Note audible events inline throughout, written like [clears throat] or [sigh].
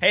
Hey,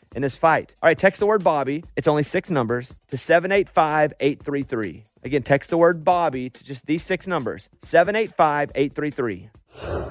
in this fight. All right, text the word Bobby. It's only six numbers to 785 833. Again, text the word Bobby to just these six numbers 785 833.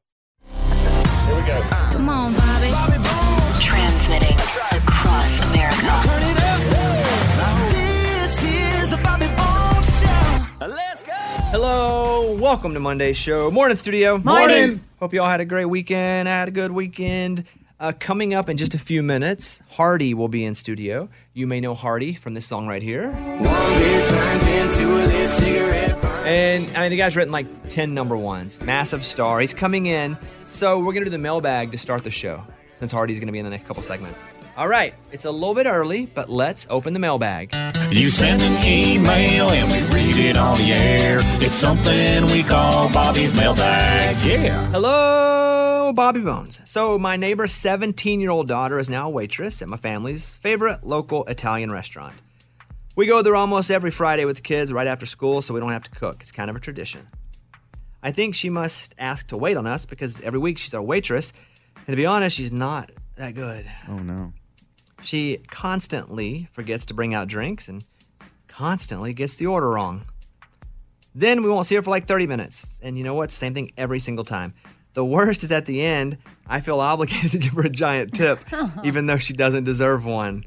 Come on, Bobby. Transmitting across America. Turn it up. This is the Bobby Bones Show. Let's go. Hello, welcome to Monday's show. Morning, studio. Morning. Hope you all had a great weekend. I had a good weekend. Uh, coming up in just a few minutes, Hardy will be in studio. You may know Hardy from this song right here. One beer turns into a lit cigarette burn. And I mean, the guy's written like 10 number ones, massive star. He's coming in. So we're going to do the mailbag to start the show since Hardy's going to be in the next couple segments. All right, it's a little bit early, but let's open the mailbag. You send an email and we read it on the air. It's something we call Bobby's mailbag. Yeah. Hello, Bobby Bones. So, my neighbor's 17 year old daughter is now a waitress at my family's favorite local Italian restaurant. We go there almost every Friday with the kids right after school so we don't have to cook. It's kind of a tradition. I think she must ask to wait on us because every week she's our waitress. And to be honest, she's not that good. Oh no. She constantly forgets to bring out drinks and constantly gets the order wrong. Then we won't see her for like 30 minutes. And you know what? Same thing every single time. The worst is at the end, I feel obligated to [laughs] give her a giant tip, even though she doesn't deserve one.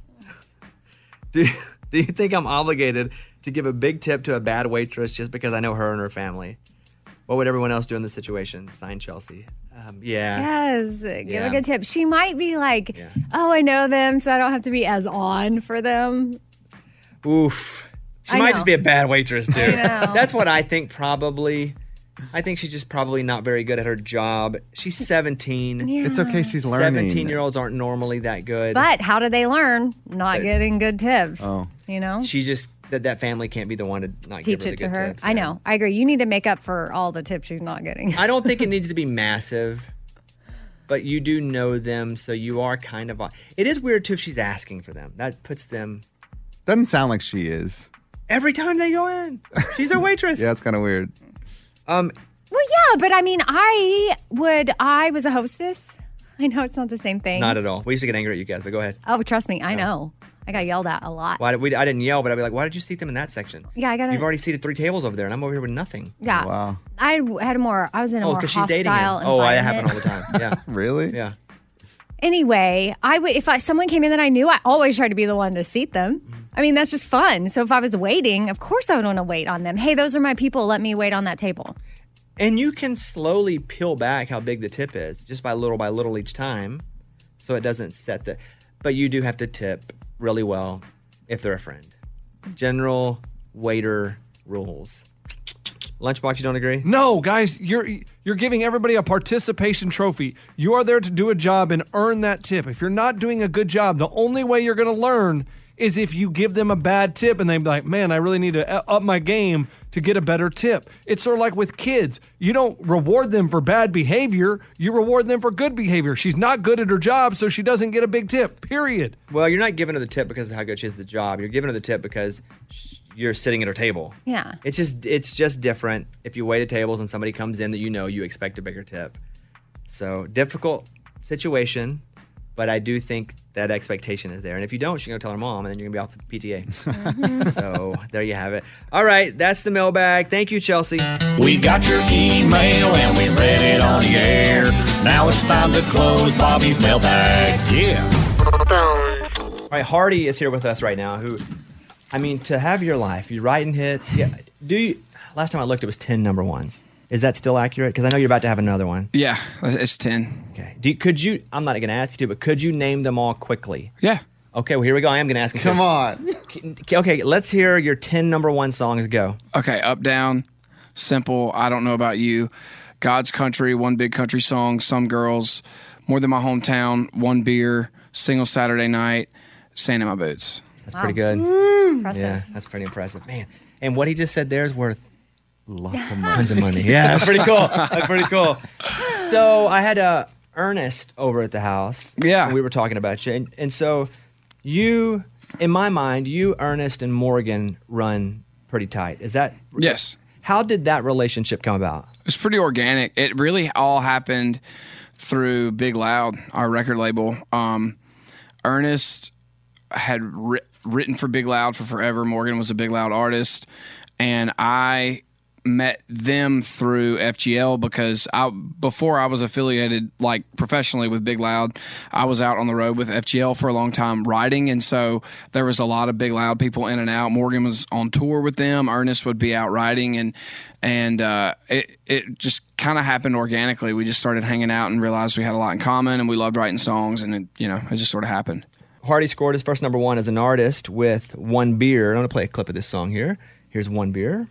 Do, do you think I'm obligated to give a big tip to a bad waitress just because I know her and her family? What would everyone else do in this situation? Sign Chelsea. Um, yeah. Yes, give Yeah. a good tip. She might be like, Yeah. "Oh, I know them, so I don't have to be as on for them." Oof. She I might know. just be a bad waitress, too. [laughs] know. That's what I think, probably. I think she's just probably not very good at her job. She's 17. Yeah. It's okay. She's learning. 17 year olds aren't normally that good. But how do they learn? Not getting good tips. Oh. You know, she just, that, that family can't be the one to not teach give her it the to good her. tips, I yeah. know. I agree. You need to make up for all the tips she's not getting. I don't think [laughs] it needs to be massive, but you do know them, so you are kind of. It is weird too if she's asking for them. That puts them Doesn't sound like she is. every time they go in. She's [laughs] their waitress. Um, Yeah, it's kind of weird. well, yeah, but I mean, I would. I was a hostess. I know it's not the same thing. not at all. We used to get angry at you guys, but go ahead. oh, trust me, I know. I got yelled at a lot. Why did we? I didn't yell, but I'd be like, "Why did you seat them in that section? Yeah, I gotta- You've already seated three tables over there, and I'm over here with nothing. Yeah, Wow. I had a more. I was in a Oh, more because hostile she's dating him. environment. Oh, that happened all the time. Yeah, [laughs] Really? yeah. anyway, I would if I, someone came in that I knew, I always tried to be the one to seat them. I mean, that's just fun. So if I was waiting, of course I would want to wait on them. Hey, those are my people. Let me wait on that table. And you can slowly peel back how big the tip is, just by little by little each time, so it doesn't set the. But you do have to tip really well if they're a friend. General waiter rules. Lunchbox, you don't agree? No, guys, you're you're giving everybody a participation trophy. You are there to do a job and earn that tip. If you're not doing a good job, the only way you're going to learn is if you give them a bad tip and they're like, "Man, I really need to u- up my game to get a better tip." It's sort of like with kids. You don't reward them for bad behavior, you reward them for good behavior. She's not good at her job, so she doesn't get a big tip. Period. Well, you're not giving her the tip because of how good she is at the job. You're giving her the tip because sh- you're sitting at her table. Yeah. It's just it's just different. If you wait at tables and somebody comes in that you know, you expect a bigger tip. So difficult situation, but I do think that expectation is there. And if you don't, she's gonna tell her mom, and then you're gonna be off the PTA. so there you have it. All right, that's the mailbag. Thank you, Chelsea. We got your email and we read it on the air. Now it's time to close Bobby's mailbag. Yeah. All right, Hardy is here with us right now. Who, I mean, to have your life, you writing hits. Yeah. Do you? Last time I looked, it was ten number ones. Is that still accurate? Because I know you're about to have another one. Yeah, it's 10. Okay. Do you, could you? I'm not going to ask you to, but could you name them all quickly? Yeah. Okay. Well, here we go. I am going to ask. you to. Come on. Okay, Okay. Let's hear your ten number one songs. Go. Okay, up, down, simple. I don't know about you. God's country, one big country song. Some girls, more than my hometown. One beer, single Saturday night. Sand in my boots. That's pretty good. Yeah, that's pretty impressive, man. And what he just said there is worth lots of tons of money. [laughs] Yeah, that's pretty cool. That's pretty cool. So I had uh, Ernest over at the house. Yeah. and we were talking about you, and, and so you, in my mind, you, Ernest, and Morgan run pretty tight. Is that Yes. how did that relationship come about? It's pretty organic. It really all happened through Big Loud, our record label. Um, Ernest had wri- written for Big Loud for forever. Morgan was a Big Loud artist, and I met them through FGL because I before I was affiliated like professionally with Big Loud, I was out on the road with FGL for a long time writing, and so there was a lot of Big Loud people in and out. Morgan was on tour with them. Ernest would be out writing, and and uh, it it just kind of happened organically. We just started hanging out and realized we had a lot in common, and we loved writing songs, and it, you know it just sort of happened. Hardy scored his first number one as an artist with One Beer. I'm going to play a clip of this song here. Here's One Beer.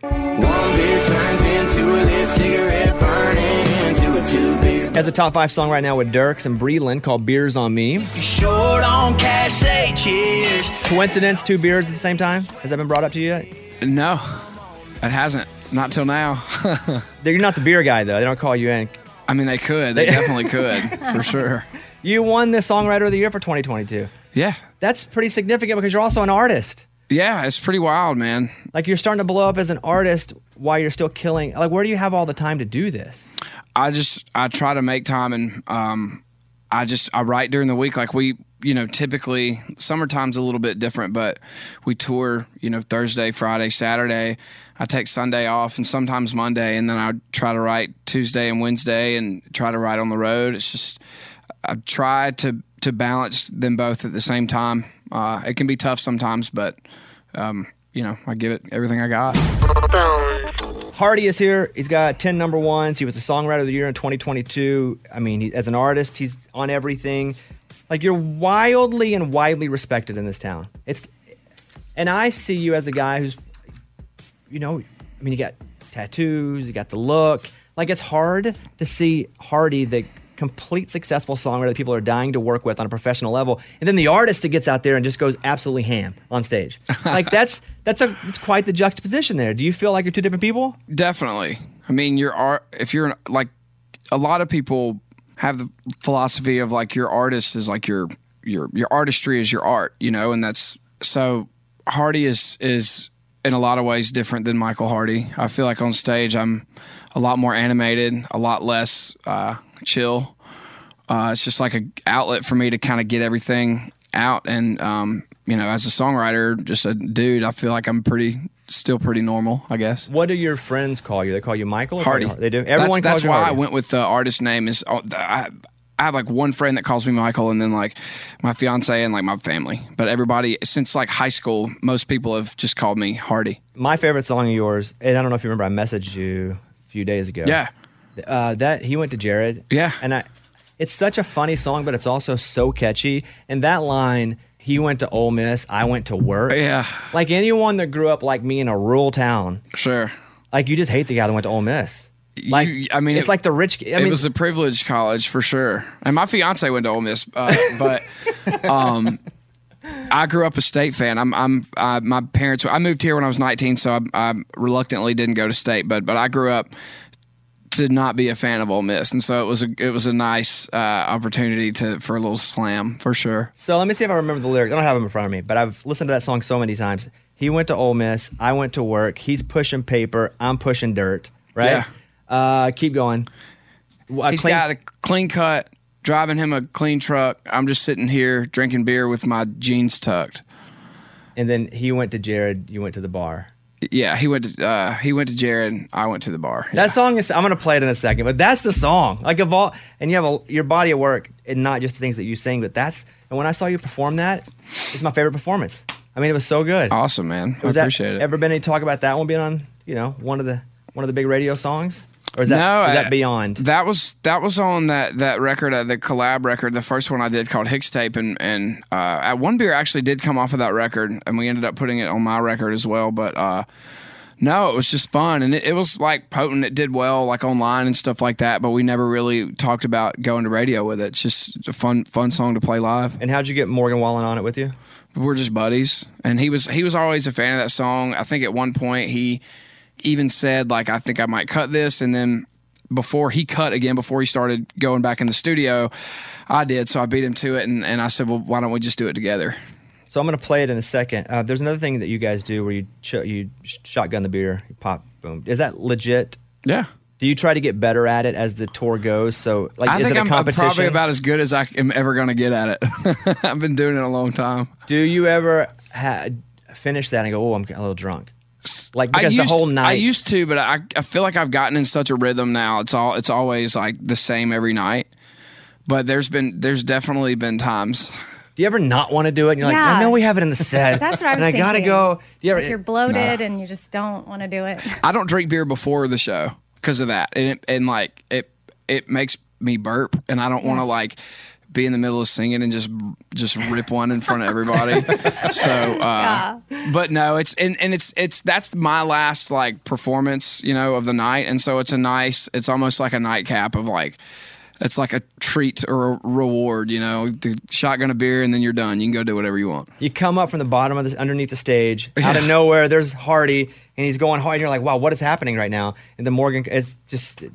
Has a top five song right now with Dirks and Breland called Beers on Me. Short on cash, say cheers. Coincidence, two beers at the same time? Has that been brought up to you yet? No, it hasn't. Not till now. [laughs] You're not the beer guy, though. They don't call you in. I mean, they could. They definitely [laughs] could, for sure. You won the Songwriter of the Year for 2022. Yeah. That's pretty significant because you're also an artist. Yeah, it's pretty wild, man. Like, you're starting to blow up as an artist while you're still killing. Like, where do you have all the time to do this? I just, I try to make time and um, I just, I write during the week. Like we, you know, typically summertime's a little bit different, but we tour, you know, Thursday, Friday, Saturday. I take Sunday off and sometimes Monday, and then I try to write Tuesday and Wednesday and try to write on the road. It's just, I try to, to balance them both at the same time. Uh, it can be tough sometimes, but, um, you know, I give it everything I got. Hardy is here. He's got 10 number ones. He was the songwriter of the year in 2022. I mean, he, as an artist, he's on everything. Like you're wildly and widely respected in this town. It's and I see you as a guy who's you know, I mean, you got tattoos, you got the look. Like it's hard to see Hardy the complete successful songwriter that people are dying to work with on a professional level and then the artist that gets out there and just goes absolutely ham on stage like that's that's a that's quite the juxtaposition there do you feel like you're two different people Definitely. I mean, you're art. If you're an- like, a lot of people have the philosophy of like your artist is like your your your artistry is your art, you know, and that's so Hardy is is in a lot of ways different than Michael Hardy. I feel like on stage I'm a lot more animated, a lot less uh, chill. Uh, it's just like a outlet for me to kind of get everything out, and um, you know, as a songwriter, just a dude, I feel like I'm pretty still pretty normal, I guess. What do your friends call you? They call you Michael. Or Hardy. They do. That's- Everyone That's, calls you why Hardy. I went with the artist name. Is oh, the- I, I have like one friend that calls me Michael, and then like my fiance and like my family. But everybody since like high school, most people have just called me Hardy. My favorite song of yours, and I don't know if you remember, I messaged you a few days ago. Yeah. Uh, that he went to Jared. Yeah. And I, it's such a funny song, but it's also so catchy. And that line, He went to Ole Miss. I went to work. Yeah. Like anyone that grew up like me in a rural town, Sure. like you just hate the guy that went to Ole Miss. Like You- I mean, it's it- like the rich. I it mean, was a privileged college for sure. And my fiance went to Ole Miss, [laughs] uh, but um, I grew up a state fan. I'm, I'm, I, my parents. I moved here when I was 19, so I, I reluctantly didn't go to state. But, but I grew up to not be a fan of Ole Miss, and so it was a, it was a nice uh, opportunity to for a little slam for sure. so let me see if I remember the lyrics. I don't have them in front of me, but I've listened to that song so many times. He went to Ole Miss. I went to work. He's pushing paper. I'm pushing dirt. Right. Yeah. Uh, keep going. Well, I He's clean- got a clean cut, driving him a clean truck. I'm just sitting here drinking beer with my jeans tucked. and then he went to Jared. You went to the bar. Yeah, he went to uh, he went to Jared. I went to the bar. That song is. I'm gonna play it in a second, but that's the song. Like of all, and you have a, your body of work, and not just the things that you sing, but that's. And when I saw you perform that, it's my favorite performance. I mean, it was so good. Awesome, man. I Was that- appreciate it. Ever been any talk about that one being on? You know, one of the one of the big radio songs, or is that no, is I- that beyond? That was that was on that that record, uh, the collab record, the first one I did called Hicks Tape, and and uh, at one beer actually did come off of that record, and we ended up putting it on my record as well. But uh, no, it was just fun, and it, it was like potent. It did well, like online and stuff like that. But we never really talked about going to radio with it. It's just a fun fun song to play live. and how'd you get Morgan Wallen on it with you? we're just buddies and he was he was always a fan of that song i think at one point he even said like i think i might cut this and then before he cut again before he started going back in the studio i did so i beat him to it and, and i said well why don't we just do it together So I'm gonna play it in a second. Uh, there's another thing that you guys do where you ch- you sh- shotgun the beer, you pop, boom. Is that legit? yeah Do you try to get better at it as the tour goes? So like, i is think it a i'm uh, competition? probably about as good as i am ever going to get at it [laughs] i've been doing it a long time Do you ever ha- finish that and go, "Oh, I'm a little drunk"? Like because I used, the whole night. I used to, but I, I feel like I've gotten in such a rhythm now. It's all it's always like the same every night. But there's been there's definitely been times. do you ever not want to do it? And you're like, Yeah. I know we have it [laughs] in the set. That's what I was And I gotta thinking. go. Do you ever? Like you're bloated and you just don't want to do it. I don't drink beer before the show because of that, and it, and like it it makes me burp, and I don't want to Yes. like be in the middle of singing and just just rip one in front of everybody. so, uh, but no, it's and, and it's it's that's my last like performance, you know, of the night, and so it's a nice, it's almost like a nightcap of like. It's like a treat or a reward, you know. The shotgun a beer and then you're done. You can go do whatever you want. You come up from the bottom of this, underneath the [laughs] stage, out of nowhere. There's Hardy, and he's going hard. And you're like, wow, what is happening right now? And the Morgan, it's just uh,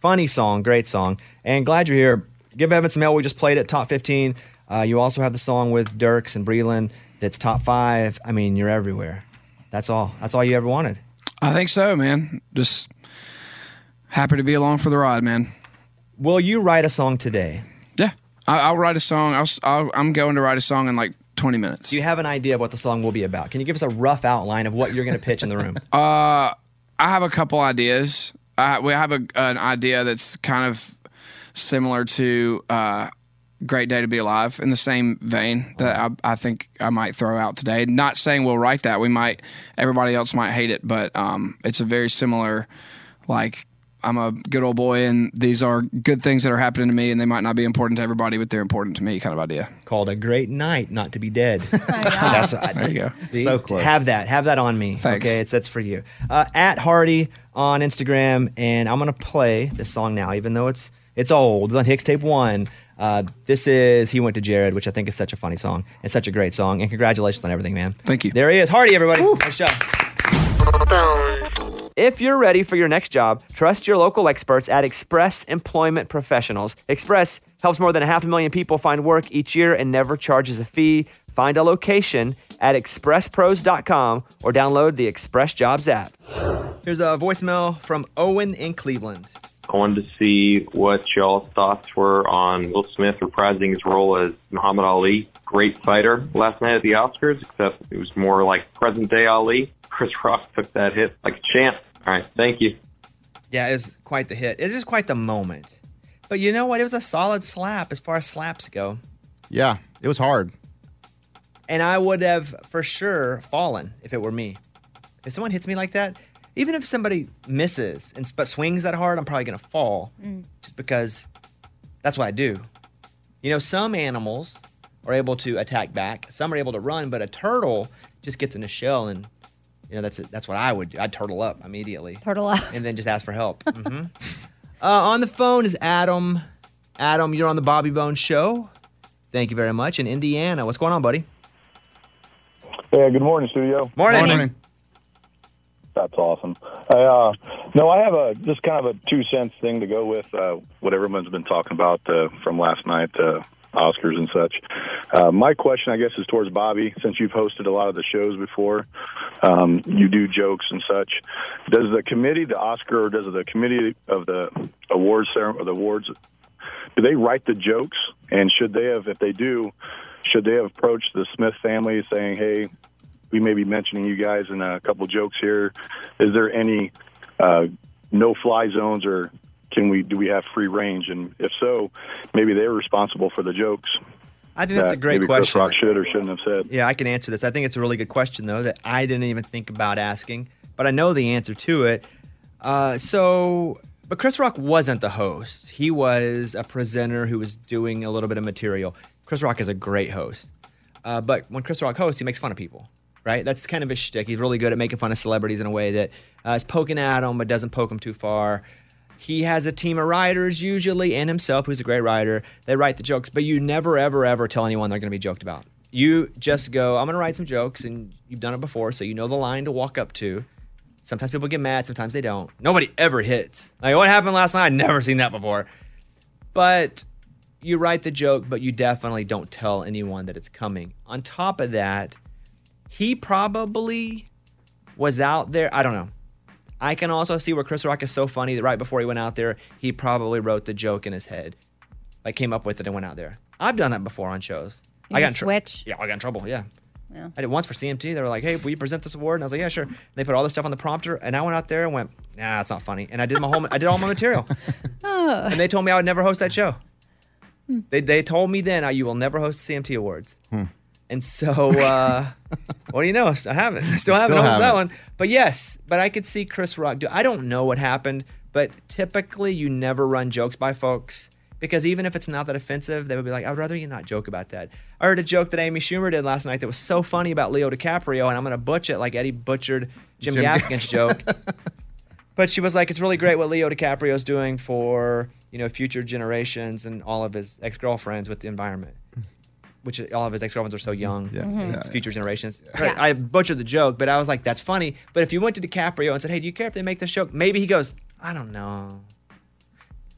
funny song, great song, and glad you're here. Give Evan some mail. We just played it, top 15. Uh, you also have the song with Dirks and Breland that's top five. I mean, you're everywhere. That's all. That's all you ever wanted. I think so, man. Just happy to be along for the ride, man. Will you write a song today? Yeah, I, I'll write a song. I'll, s- I'll, I'm going to write a song in like 20 minutes. Do you have an idea of what the song will be about? Can you give us a rough outline of what you're going to pitch in [laughs] the room? Uh, I have a couple ideas. I, we have a, an idea that's kind of similar to uh, "Great Day to Be Alive" in the same vein that I, I think I might throw out today. Not saying we'll write that. We might. Everybody else might hate it, but um, it's a very similar. Like I'm a good old boy, and these are good things that are happening to me, and they might not be important to everybody, but they're important to me. Kind of idea. Called a great night, not to [laughs] be dead. That's what I, There you go. So close. Have that. Have that on me. Thanks. Okay, it's that's for you. Uh, at Hardy on Instagram, and I'm gonna play this song now, even though it's it's old. It's on Hicks Tape One. Uh, this is he went to Jared, which I think is such a funny song and such a great song. And congratulations on everything, man. Thank you. There he is, Hardy. Everybody, nice job. If you're ready for your next job, trust your local experts at Express Employment Professionals. Express helps more than a half a million people find work each year and never charges a fee. Find a location at expresspros.com or download the Express Jobs app. Here's a voicemail from Owen in Cleveland. I wanted to see what y'all thoughts were on Will Smith reprising his role as Muhammad Ali, great fighter last night at the Oscars, except it was more like present day Ali. Chris Rock took that hit like a champ. All right, thank you. Yeah, it's quite the hit. It's just quite the moment. But you know what? It was a solid slap as far as slaps go. Yeah, it was hard. and I would have for sure fallen if it were me. If someone hits me like that, even if somebody misses and but swings that hard, I'm probably gonna fall just because that's what I do. You know, some animals are able to attack back. Some are able to run, but a turtle just gets in a shell and you know that's that's what I would do. I'd turtle up immediately. Turtle up. and then just ask for help. hmm uh, on the phone is Adam. Adam, you're on the Bobby Bone Show. Thank you very much. In Indiana, what's going on, buddy? Yeah, good morning, studio. Morning. That's awesome. I, uh, no, I have a just kind of a two cents thing to go with uh, what everyone's been talking about uh, from last night, uh, Oscars and such. Uh, my question, I guess, is towards Bobby. Since you've hosted a lot of the shows before, um, you do jokes and such. Does the committee, the Oscar, or does the committee of the awards ceremony, the awards, do they write the jokes? And should they have, if they do, should they have approached the Smith family saying, "Hey, we may be mentioning you guys in a couple jokes here. Is there any uh, no-fly zones, or can we do we have free range? And if so, maybe they're responsible for the jokes. I think that's that a great maybe question. Chris Rock should or shouldn't have said. Yeah, I can answer this. I think it's a really good question, though, that I didn't even think about asking, but I know the answer to it. Uh, so, but Chris Rock wasn't the host, he was a presenter who was doing a little bit of material. Chris Rock is a great host. Uh, but when Chris Rock hosts, he makes fun of people, right? That's kind of his shtick. He's really good at making fun of celebrities in a way that uh, is poking at them, but doesn't poke them too far. He has a team of writers usually and himself, who's a great writer. They write the jokes, but you never, ever, ever tell anyone they're going to be joked about. You just go, I'm going to write some jokes, and you've done it before, so you know the line to walk up to. Sometimes people get mad, sometimes they don't. Nobody ever hits. Like, what happened last night? [laughs] I'd never seen that before. But you write the joke, but you definitely don't tell anyone that it's coming. On top of that, he probably was out there. I don't know. I can also see where Chris Rock is so funny that right before he went out there, he probably wrote the joke in his head, like came up with it and went out there. I've done that before on shows. You I got in just trou- switch? Yeah, I got in trouble. Yeah. Yeah. I did once for CMT. They were like, "Hey, will you present this award?" And I was like, "Yeah, sure." And they put all this stuff on the prompter, and I went out there and went, "Nah, it's not funny." And I did my whole, I did all my [laughs] material, Oh. and they told me I would never host that show. Hmm. They, they told me then, "Uh, "You will never host CMT awards." And so, [laughs] uh, what do you know? I haven't. I still haven't Still noticed that haven't. one. But yes, but I could see Chris Rock do. I don't know what happened, but typically you never run jokes by folks because even if it's not that offensive, they would be like, I'd rather you not joke about that. I heard a joke that Amy Schumer did last night that was so funny about Leo DiCaprio, and I'm going to butcher it like Eddie butchered Jim, Jim Gaffigan's [laughs] joke. But she was like, it's really great what Leo DiCaprio's doing for, you know, future generations and all of his ex-girlfriends with the environment. Which all of his ex-girlfriends are so young. Yeah. Mhm. It's future generations. Right, I butchered the joke, but I was like, that's funny. But if you went to DiCaprio and said, hey, do you care if they make this joke? Maybe he goes, I don't know.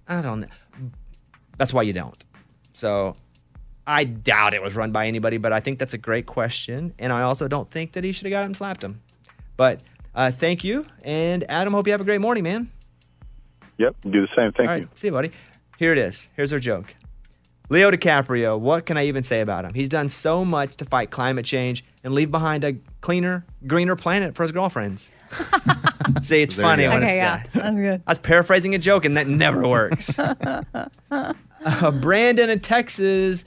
I don't know. That's why you don't. So I doubt it was run by anybody, but I think that's a great question. And I also don't think that he should have got him slapped him. But uh, thank you. And Adam, hope you have a great morning, man. Yep, do the same. Thank All you. right, See you, buddy. Here it is. Here's our joke. Leo DiCaprio, what can I even say about him? He's done so much to fight climate change and leave behind a cleaner, greener planet for his [laughs] girlfriends. See, it's There you funny go. when Okay, it's yeah. that. That's good. I was paraphrasing a joke and that never [laughs] works. [laughs] Uh, Brandon in Texas,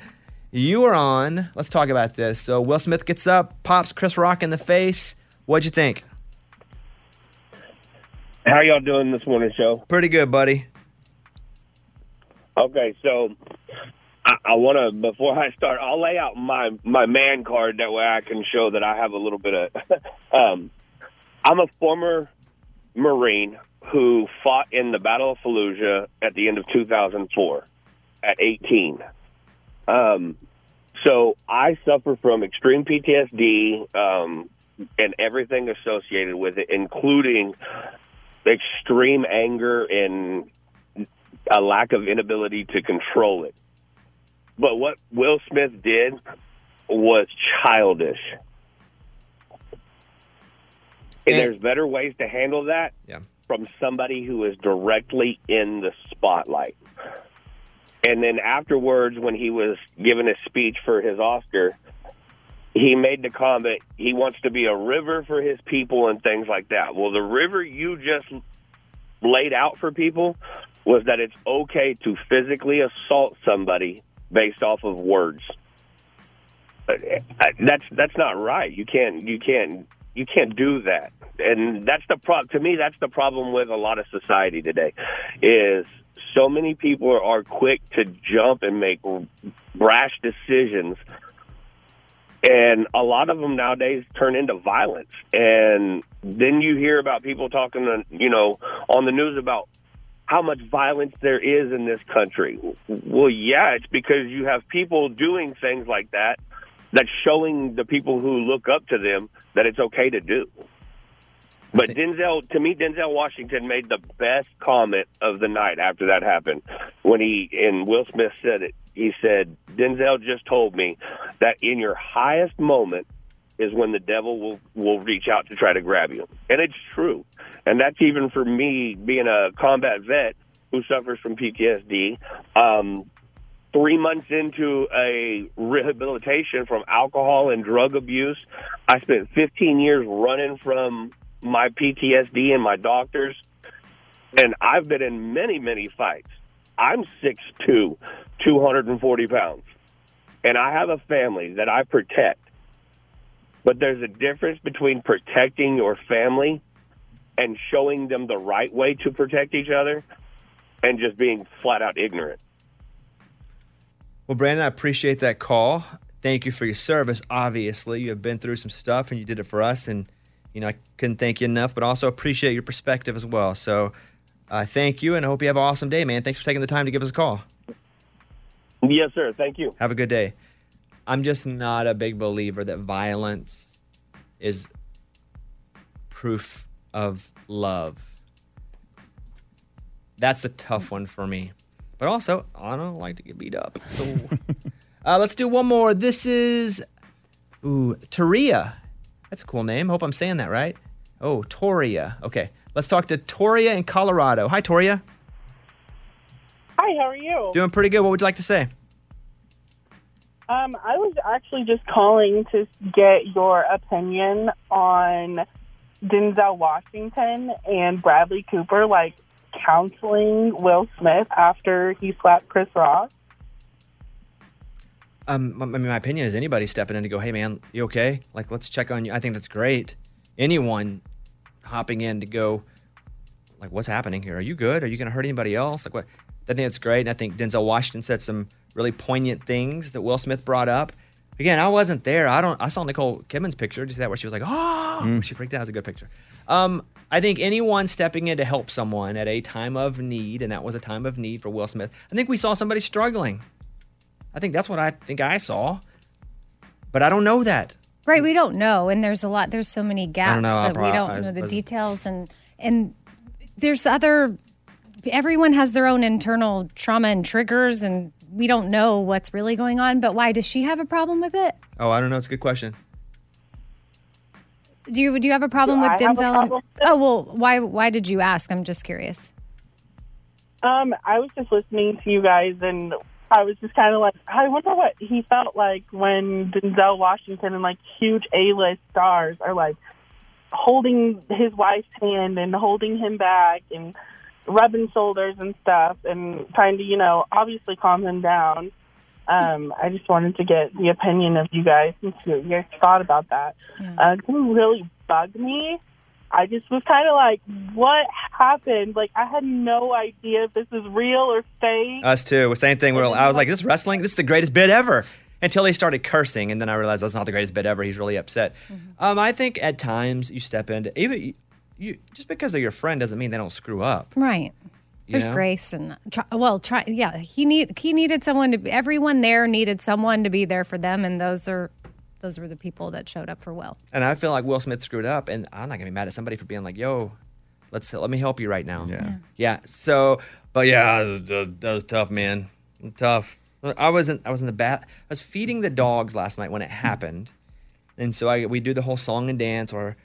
you are on. Let's talk about this. So Will Smith gets up, pops Chris Rock in the face. What'd you think? How y'all doing this morning, show? Pretty good, buddy. Okay, so I, I want to before I start, I'll lay out my my man card. That way, I can show that I have a little bit of. [laughs] um, I'm a former Marine who fought in the Battle of Fallujah at the end of 2004 at 18. Um, so I suffer from extreme PTSD um, and everything associated with it, including extreme anger and a lack of inability to control it. But what Will Smith did was childish. And there's better ways to handle that from somebody who is directly in the spotlight. And then afterwards, when he was giving a speech for his Oscar, he made the comment he wants to be a river for his people and things like that. Well, the river you just laid out for people was that it's okay to physically assault somebody based off of words. Uh, uh, That's that's not right. You can't you can't you can't do that. And that's the problem. To me, that's the problem with a lot of society today, is so many people are quick to jump and make brash decisions And a lot of them nowadays turn into violence. And then you hear about people talking, on, you know, on the news about how much violence there is in this country. Well, yeah, it's because you have people doing things like that that's showing the people who look up to them that it's okay to do. But Denzel, to me, Denzel Washington made the best comment of the night after that happened when he and Will Smith said it. He said, "Denzel just told me that in your highest moment is when the devil will will reach out to try to grab you," and it's true. And that's even for me, being a combat vet who suffers from PTSD. Um, three months into a rehabilitation from alcohol and drug abuse, I spent 15 years running from my PTSD and my doctors, and I've been in many, many fights. I'm 6'2, 240 pounds, and I have a family that I protect. But there's a difference between protecting your family and showing them the right way to protect each other and just being flat out ignorant. Well, Brandon, I appreciate that call. Thank you for your service. Obviously, you have been through some stuff and you did it for us. And, you know, I couldn't thank you enough, but also appreciate your perspective as well. So, uh, thank you and I hope you have an awesome day, man. Thanks for taking the time to give us a call. Yes, sir. Thank you. Have a good day. I'm just not a big believer that violence is proof of love. That's a tough one for me. But also, I don't like to get beat up. So [laughs] uh, let's do one more. This is ooh, Taria. That's a cool name. Hope I'm saying that right. Oh, Toria. Okay. Let's talk to Toria in Colorado. Hi, Toria. Hi, how are you? Doing pretty good. What would you like to say? Um, I was actually just calling to get your opinion on Denzel Washington and Bradley Cooper, like counseling Will Smith after he slapped Chris Rock. Um, I mean, my opinion is anybody stepping in to go, hey, man, you okay? Like, let's check on you. I think that's great. Anyone hopping in to go, like, what's happening here? Are you good? Are you going to hurt anybody else? Like, what? I think it's great. And I think Denzel Washington said some really poignant things that Will Smith brought up. Again, I wasn't there. I don't. I saw Nicole Kidman's picture. Did you see that where she was like, oh, she freaked out. It was a good picture. Um, I think anyone stepping in to help someone at a time of need, and that was a time of need for Will Smith. I think we saw somebody struggling. I think that's what I think I saw, but I don't know that. Right, we don't know, and there's a lot. There's so many gaps know, I that prob- we I don't know the was- details, and and there's other. Everyone has their own internal trauma and triggers, and we don't know what's really going on. But why does she have a problem with it? Oh, I don't know. It's a good question. Do you do you have a problem Do with I have a Denzel? problem? Oh well, why why did you ask? I'm just curious. Um, I was just listening to you guys, and I was just kind of like, I wonder what he felt like when Denzel Washington and like huge A-list stars are like holding his wife's hand and holding him back and rubbing shoulders and stuff, and trying to, you know, obviously calm him down. Um, I just wanted to get the opinion of you guys and see what you guys thought about that. Uh, it didn't really bug me. I just was kind of like, what happened? Like, I had no idea if this is real or fake. Us too. Same thing. We're, I was like, this is wrestling. This is the greatest bit ever. Until he started cursing, and then I realized that's not the greatest bit ever. He's really upset. Um, I think at times you step into even you just because they're your friend doesn't mean they don't screw up. Right. you There's know? grace and try, well, try. Yeah, he need he needed someone to. Everyone there needed someone to be there for them, and those are those were the people that showed up for Will. And I feel like Will Smith screwed up, and I'm not gonna be mad at somebody for being like, "Yo, let's let me help you right now." Yeah. Yeah. So, but yeah, that was, that was tough, man. Tough. I wasn't. I was in the bath. I was feeding the dogs last night when it happened, and so I we do the whole song and dance where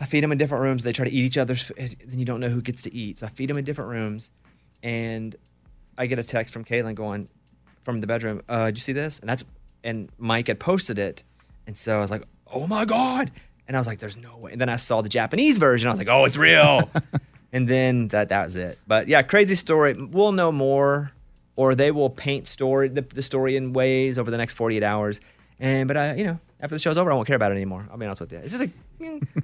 I feed them in different rooms. They try to eat each other's. f- Then you don't know who gets to eat. So I feed them in different rooms, and I get a text from Caitlin going from the bedroom. Uh, did you see this? And that's and Mike had posted it, and so I was like, oh my god. And I was like, there's no way. And then I saw the Japanese version. I was like, oh, it's real. and then that that was it. But yeah, crazy story. We'll know more, or they will paint story the, the story in ways over the next 48 hours. And but I, you know, after the show's over, I won't care about it anymore. I'll be honest with you. It's just a [laughs]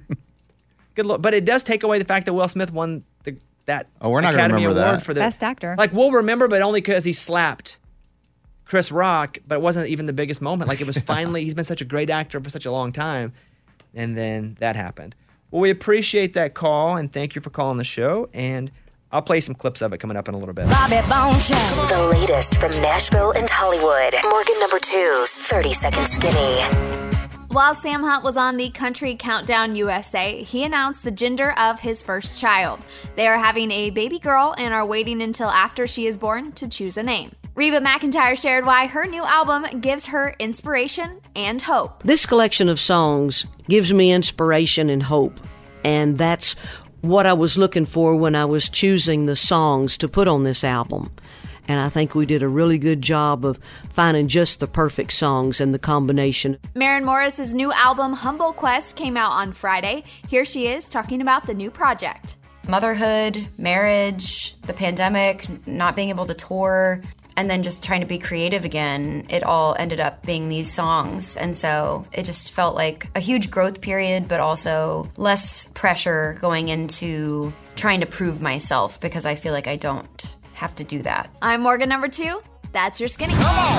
good look, but it does take away the fact that Will Smith won the that Oh, we're not gonna Academy remember Award that. for the Best actor. Like we'll remember, but only because he slapped Chris Rock, but it wasn't even the biggest moment. Like it was finally, he's been such a great actor for such a long time. And then that happened. Well, we appreciate that call and thank you for calling the show. And I'll play some clips of it coming up in a little bit. Bobby Bones Show. The latest from Nashville and Hollywood. Morgan number two's 30 Second Skinny. While Sam Hunt was on the Country Countdown USA, he announced the gender of his first child. They are having a baby girl and are waiting until after she is born to choose a name. Reba McIntyre shared why her new album gives her inspiration and hope. This collection of songs gives me inspiration and hope, and that's what I was looking for when I was choosing the songs to put on this album. And I think we did a really good job of finding just the perfect songs and the combination. Maren Morris's new album, Humble Quest, came out on Friday. Here she is talking about the new project. motherhood, marriage, the pandemic, not being able to tour, and then just trying to be creative again, it all ended up being these songs. And so it just felt like a huge growth period, but also less pressure going into trying to prove myself because I feel like I don't have to do that. I'm Morgan number two. That's your skinny.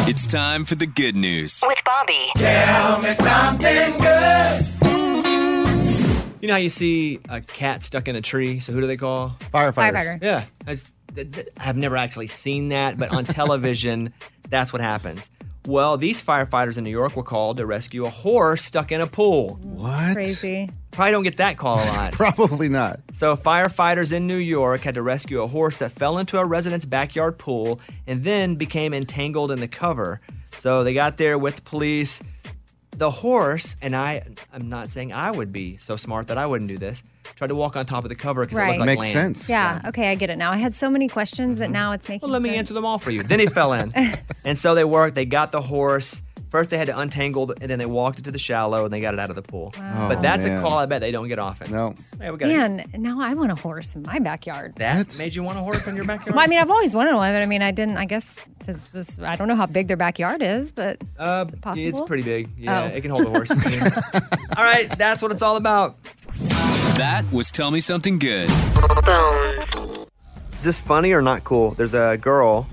It's time for the good news. With Bobby. Tell me something good. You know how you see a cat stuck in a tree? So who do they call? Firefighters. Firefighter. Yeah. That's- th- th- I've never actually seen that, but on television, [laughs] that's what happens. Well, these firefighters in New York were called to rescue a horse stuck in a pool. What? Crazy. Probably don't get that call [laughs] a lot. Probably not. So, firefighters in New York had to rescue a horse that fell into a resident's backyard pool and then became entangled in the cover. So, they got there with the police. The horse, and I, I'm not saying I would be so smart that I wouldn't do this, tried to walk on top of the cover because it Right. looked like Makes land. Mm-hmm. Yeah. Okay, I get it now. I had so many questions, but now it's making. Well, let me answer them all for you. Then [laughs] he fell in. and so they worked, they got the horse. First, they had to untangle, the- and then they walked it to the shallow and they got it out of the pool. Wow. But that's Oh, man. a call I bet they don't get often. No. Hey, we got it. Man, now I want a horse in my backyard. That made you want a horse in your backyard? Well, I mean, I've always wanted one, but I mean, I didn't. I guess this, this, I don't know how big their backyard is, but Uh, it possible? It's pretty big. Yeah, Oh. it can hold a [laughs] horse. all right, that's what it's all about. That was Tell Me Something Good. Is this funny or not cool? There's a girl.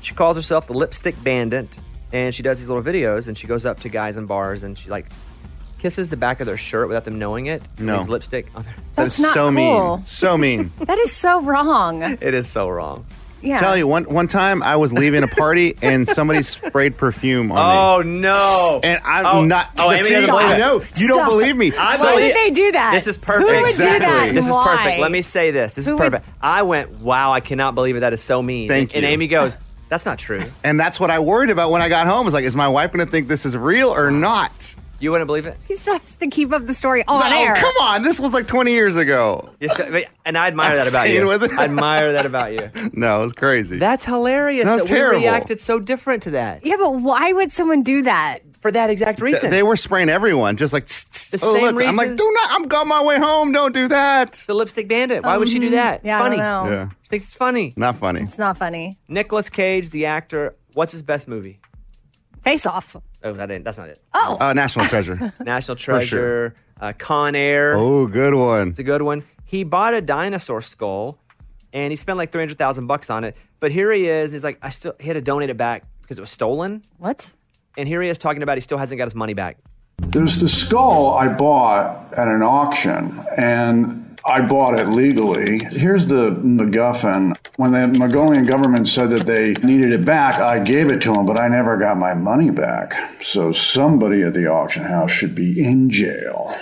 She calls herself the Lipstick Bandit, and she does these little videos. And she goes up to guys in bars, and she like kisses the back of their shirt without them knowing it. and No. leaves lipstick on their. That That's is not so cool. mean. So mean. that is so wrong. [laughs] It is so wrong. Yeah. Tell you one one time I was leaving a party and [laughs] somebody sprayed perfume me. on Oh no! And I'm Oh, not. oh, Amy doesn't believe I it. know you don't Stop. believe me. I So- believe- This is perfect. exactly. This is perfect. Let me say this. This is Who would- perfect. I went, wow, I cannot believe it. That is so mean. Thank and, you. And Amy goes, that's not true. And that's what I worried about when I got home. I was like, is my wife going to think this is real or not? You wouldn't believe it? He still has to keep up the story on no, air. come on. This was like 20 years ago. You're st- but- and I admire I'm that about you. staying with it. I admire that about you. [laughs] No, it was crazy. That's hilarious. That's that terrible. We reacted so different to that. Yeah, but why would someone do that? For that exact Th- reason. they were spraying everyone, just like tss, tss, The [laughs] oh, same look. I'm like, reason- do not. I'm on my way home. Don't do that. The lipstick bandit. Why would she do that? Mm-hmm. Yeah, I funny. don't know. Yeah, She thinks it's funny. not funny. It's not funny. Nicholas Cage, the actor. What's his best movie? Face off. Oh, that ain't. That's not it. Oh. Uh, National [laughs] Treasure. National sure. Treasure, uh, Con Air. Oh, good one. It's a good one. He bought a dinosaur skull, and he spent like three hundred thousand bucks on it. But here he is. He's like, I still he had to donate it back because it was stolen. What? And here he is talking about he still hasn't got his money back. There's the skull I bought at an auction, and I bought it legally. Here's the MacGuffin. When the Mongolian government said that they needed it back, I gave it to them, but I never got my money back. So somebody at the auction house should be in jail.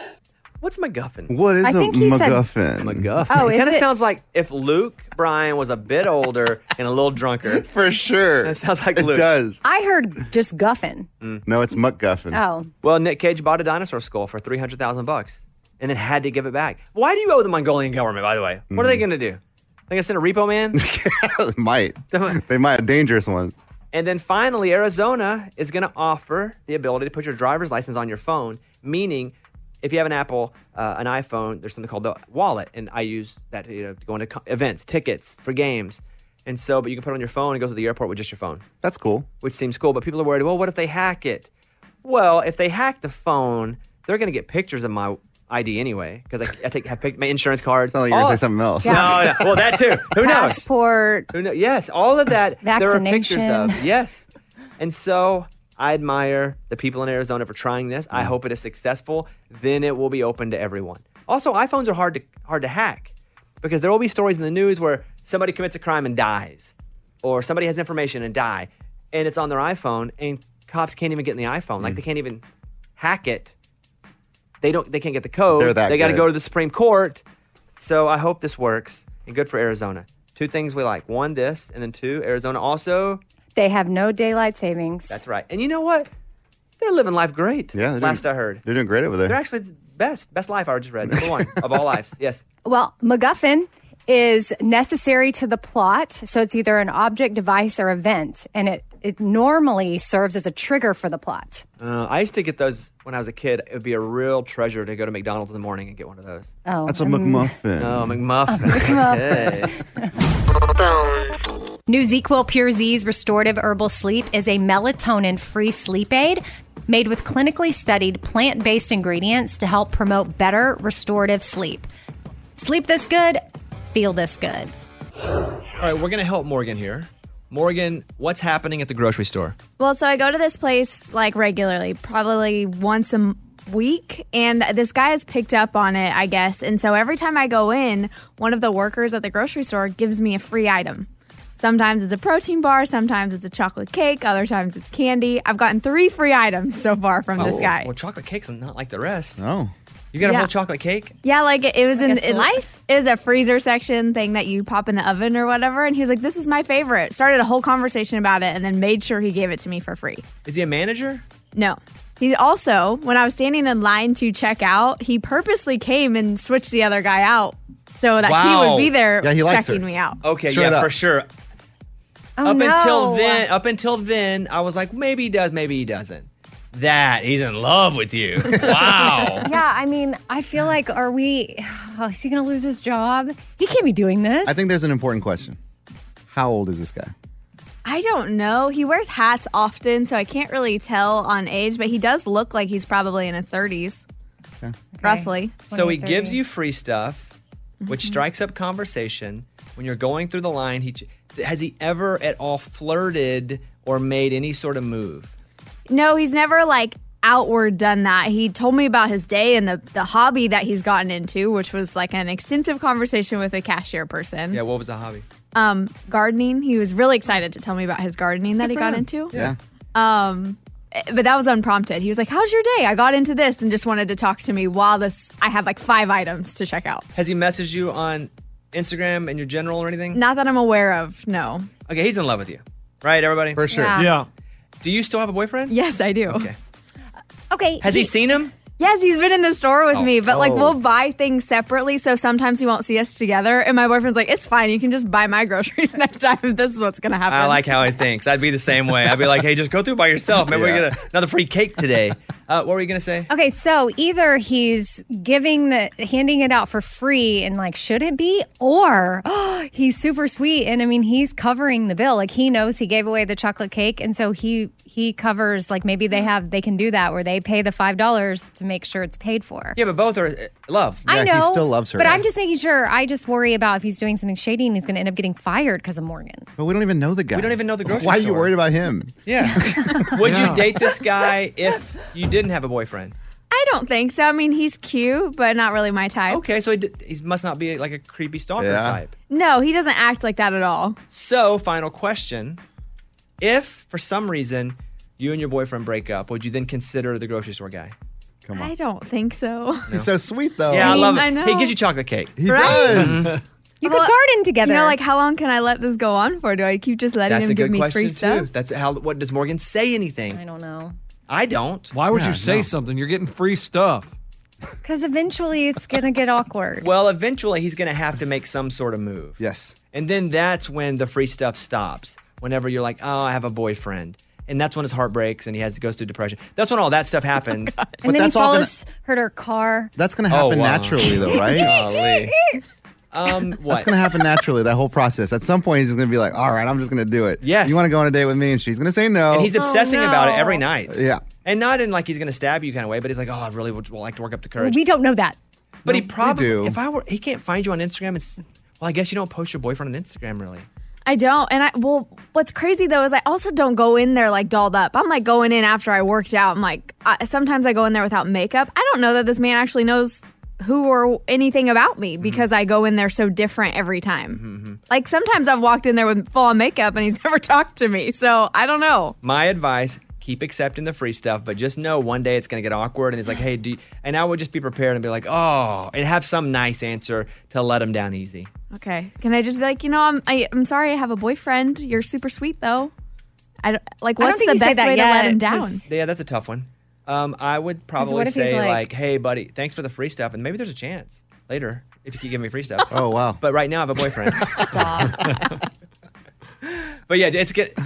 What's MacGuffin? What is is I a a think he said- MacGuffin? MacGuffin. Oh, it is kind of it- sounds like if Luke Bryan was a bit older and a little drunker. [laughs] For sure. That sounds like It Luke. does. I heard just guffin. No, it's MacGuffin. Oh. Well, Nick Cage bought a dinosaur skull for 300,000 bucks and then had to give it back. Why do you owe the Mongolian government, by the way? What are they going to do? They going to send a repo man? [laughs] might. they might. A dangerous one. and then finally, Arizona is going to offer the ability to put your driver's license on your phone, meaning if you have an Apple, uh, an iPhone, there's something called the wallet. And I use that you know, to go into co- events, tickets for games. And so, but you can put it on your phone and go to the airport with just your phone. That's cool. which seems cool, but people are worried, well, what if they hack it? Well, if they hack the phone, they're going to get pictures of my ID anyway, because I, I take have pic- my insurance cards. Sounds like Oh, you're gonna say something else. No, no. Well, that too. Who knows? Passport. Who knows? Yes, all of that. There are pictures Vaccination. of. Yes. And so I admire the people in Arizona for trying this. Mm. I hope it is successful. Then it will be open to everyone. Also, iPhones are hard to hard to hack because there will be stories in the news where somebody commits a crime and dies, or somebody has information and die, and it's on their iPhone, and cops can't even get in the iPhone. Mm. Like they can't even hack it. They don't. They can't get the code. They're that they got to good. go to the Supreme Court. So I hope this works and good for Arizona. Two things we like: one, this, and then two, Arizona also They have no daylight savings. that's right. And you know what? They're living life great. Yeah, they're Last doing, I heard. They're doing great over there. They're actually the best. Best life I just read. Number one of all lives. Yes. Well, MacGuffin is necessary to the plot. So it's either an object, device, or event. And it, it normally serves as a trigger for the plot. Uh, I used to get those when I was a kid. It would be a real treasure to go to McDonald's in the morning and get one of those. Oh, That's a McMuffin. Oh, McMuffin. [laughs] McMuffin. Okay. New ZQL Pure Z's Restorative Herbal Sleep is a melatonin free sleep aid made with clinically studied plant based ingredients to help promote better restorative sleep. Sleep this good, feel this good. All right, we're gonna help Morgan here. Morgan, what's happening at the grocery store? Well, so I go to this place like regularly, probably once a m- week, and this guy has picked up on it, I guess. And so every time I go in, one of the workers at the grocery store gives me a free item. Sometimes it's a protein bar, sometimes it's a chocolate cake, other times it's candy. I've gotten three free items so far from this Oh, guy. Well, chocolate cake's not like the rest. No. You got a Yeah. whole chocolate cake? Yeah, like it, it was Like in a it- slice? It, was a freezer section thing that you pop in the oven or whatever. And he's like, "This is my favorite." Started a whole conversation about it, and then made sure he gave it to me for free. Is he a manager? No. He also, when I was standing in line to check out, he purposely came and switched the other guy out so that he Wow. would be there Yeah, he likes checking her. me out. Okay, Straight yeah, up. for sure. Oh, up until no. then, up until then, I was like, maybe he does, maybe he doesn't. That he's in love with you. [laughs] Wow. Yeah, I mean, I feel like, are we, [sighs] oh, is he going to lose his job? He can't be doing this. I think there's an important question. How old is this guy? I don't know. He wears hats often, so I can't really tell on age, but he does look like he's probably in his 30s. Roughly. So he gives you free stuff, Mm-hmm. which strikes up conversation. When you're going through the line, he ch- has he ever at all flirted or made any sort of move? No, he's never like outward done that. He told me about his day and the, the hobby that he's gotten into, which was like an extensive conversation with a cashier person. Yeah, what was the hobby? Um, gardening. He was really excited to tell me about his gardening that he for got him. into. Yeah. Um, but that was unprompted. He was like, "How's your day? I got into this and just wanted to talk to me while this. I had like five items to check out. Has he messaged you on Instagram and your general or anything? Not that I'm aware of. No. Okay, he's in love with you, right? Everybody, for sure. Yeah. Yeah. Do you still have a boyfriend? Yes, I do. Okay. Okay. Has he, seen [laughs] him? Yes, he's been in the store with Oh. me, but like Oh. we'll buy things separately. So sometimes he won't see us together. And my boyfriend's like, it's fine. You can just buy my [laughs] groceries next time if this is what's going to happen. I like how he thinks. I'd be the same way. I'd be like, hey, just go through by yourself. Maybe we Yeah. get a- another free cake today. Uh, what were you gonna say? Okay, so either he's giving the handing it out for free and like should it be or [gasps] he's super sweet and I mean he's covering the bill. Like he knows he gave away the chocolate cake and so he he covers like maybe they have they can do that where they pay the $5 to make sure it's paid for. Yeah, but both are uh, love. I know. But I'm just making sure I just worry about if he's doing something shady and he's going to end up getting fired because of Morgan. But we don't even know the guy. We don't even know the grocery Why are you store. worried about him? [laughs] Yeah. [laughs] Would you date this guy if you didn't have a boyfriend? I don't think so. I mean, he's cute, but not really my type. Okay, so he, d- he must not be like a creepy stalker Yeah. type. No, he doesn't act like that at all. So, final question. If for some reason you and your boyfriend break up, would you then consider the grocery store guy? Come I don't think so. [laughs] He's so sweet though. Yeah, I, I mean, love it. I know. He gives you chocolate cake. Mm-hmm. He Right? does. You could garden together. You know, like how long can I let this go on for? Do I keep just letting That's a him give good me question free too. stuff? That's how. What does Morgan say? Anything? I don't know. I don't. Why would Yeah, you say no. something? You're getting free [laughs] stuff. Cuz eventually it's going to get [laughs] awkward. Well, eventually he's going to have to make some sort of move. Yes. And then that's when the free stuff stops. Whenever you're like, oh, I have a boyfriend. And that's when his heart breaks and he has goes through depression. That's when all that [laughs] stuff happens. but Oh and then he that's all gonna- Oh, follows her to her car. That's gonna happen wow. naturally though, [laughs] right? [laughs] Golly. Um, what? That's [laughs] gonna happen naturally. That whole process. At some point, he's just gonna be like, "All right, I'm just gonna do it." Yes. You want to go on a date with me, and she's gonna say no. And he's obsessing about it every night. Yeah. And not in like he's going to stab you kind of way, but he's like, oh, I really would, would like to work up the courage. We don't know that. but he probably, do. if I were, he can't find you on Instagram. It's, well, I guess you don't post your boyfriend on Instagram, really. I don't. And I well, what's crazy though is I also don't go in there like dolled up. I'm like going in after I worked out. I'm like I, sometimes I go in there without makeup. I don't know that this man actually knows who or anything about Mm-hmm. me because I go in there so different every time. Like sometimes I've walked in there with full on makeup and he's [laughs] never talked to me. So I don't know. My advice: keep accepting the free stuff, but just know one day it's going to get awkward. And it's like, hey, do you, and I would just be prepared and be like, oh, and have some nice answer to let them down easy. Okay. Can I just be like, you know, I'm I, I'm sorry, I have a boyfriend. You're super sweet though. I don't, like I don't what's think the you say best that way to yet, let [laughs] him down? Yeah, that's a tough one. Um, I would probably what if he's say like, like- hey, buddy, thanks for the free stuff, and maybe there's a chance later if you could give me free [laughs] stuff. oh wow! But right now I have a boyfriend. Stop. [laughs] but yeah, it's get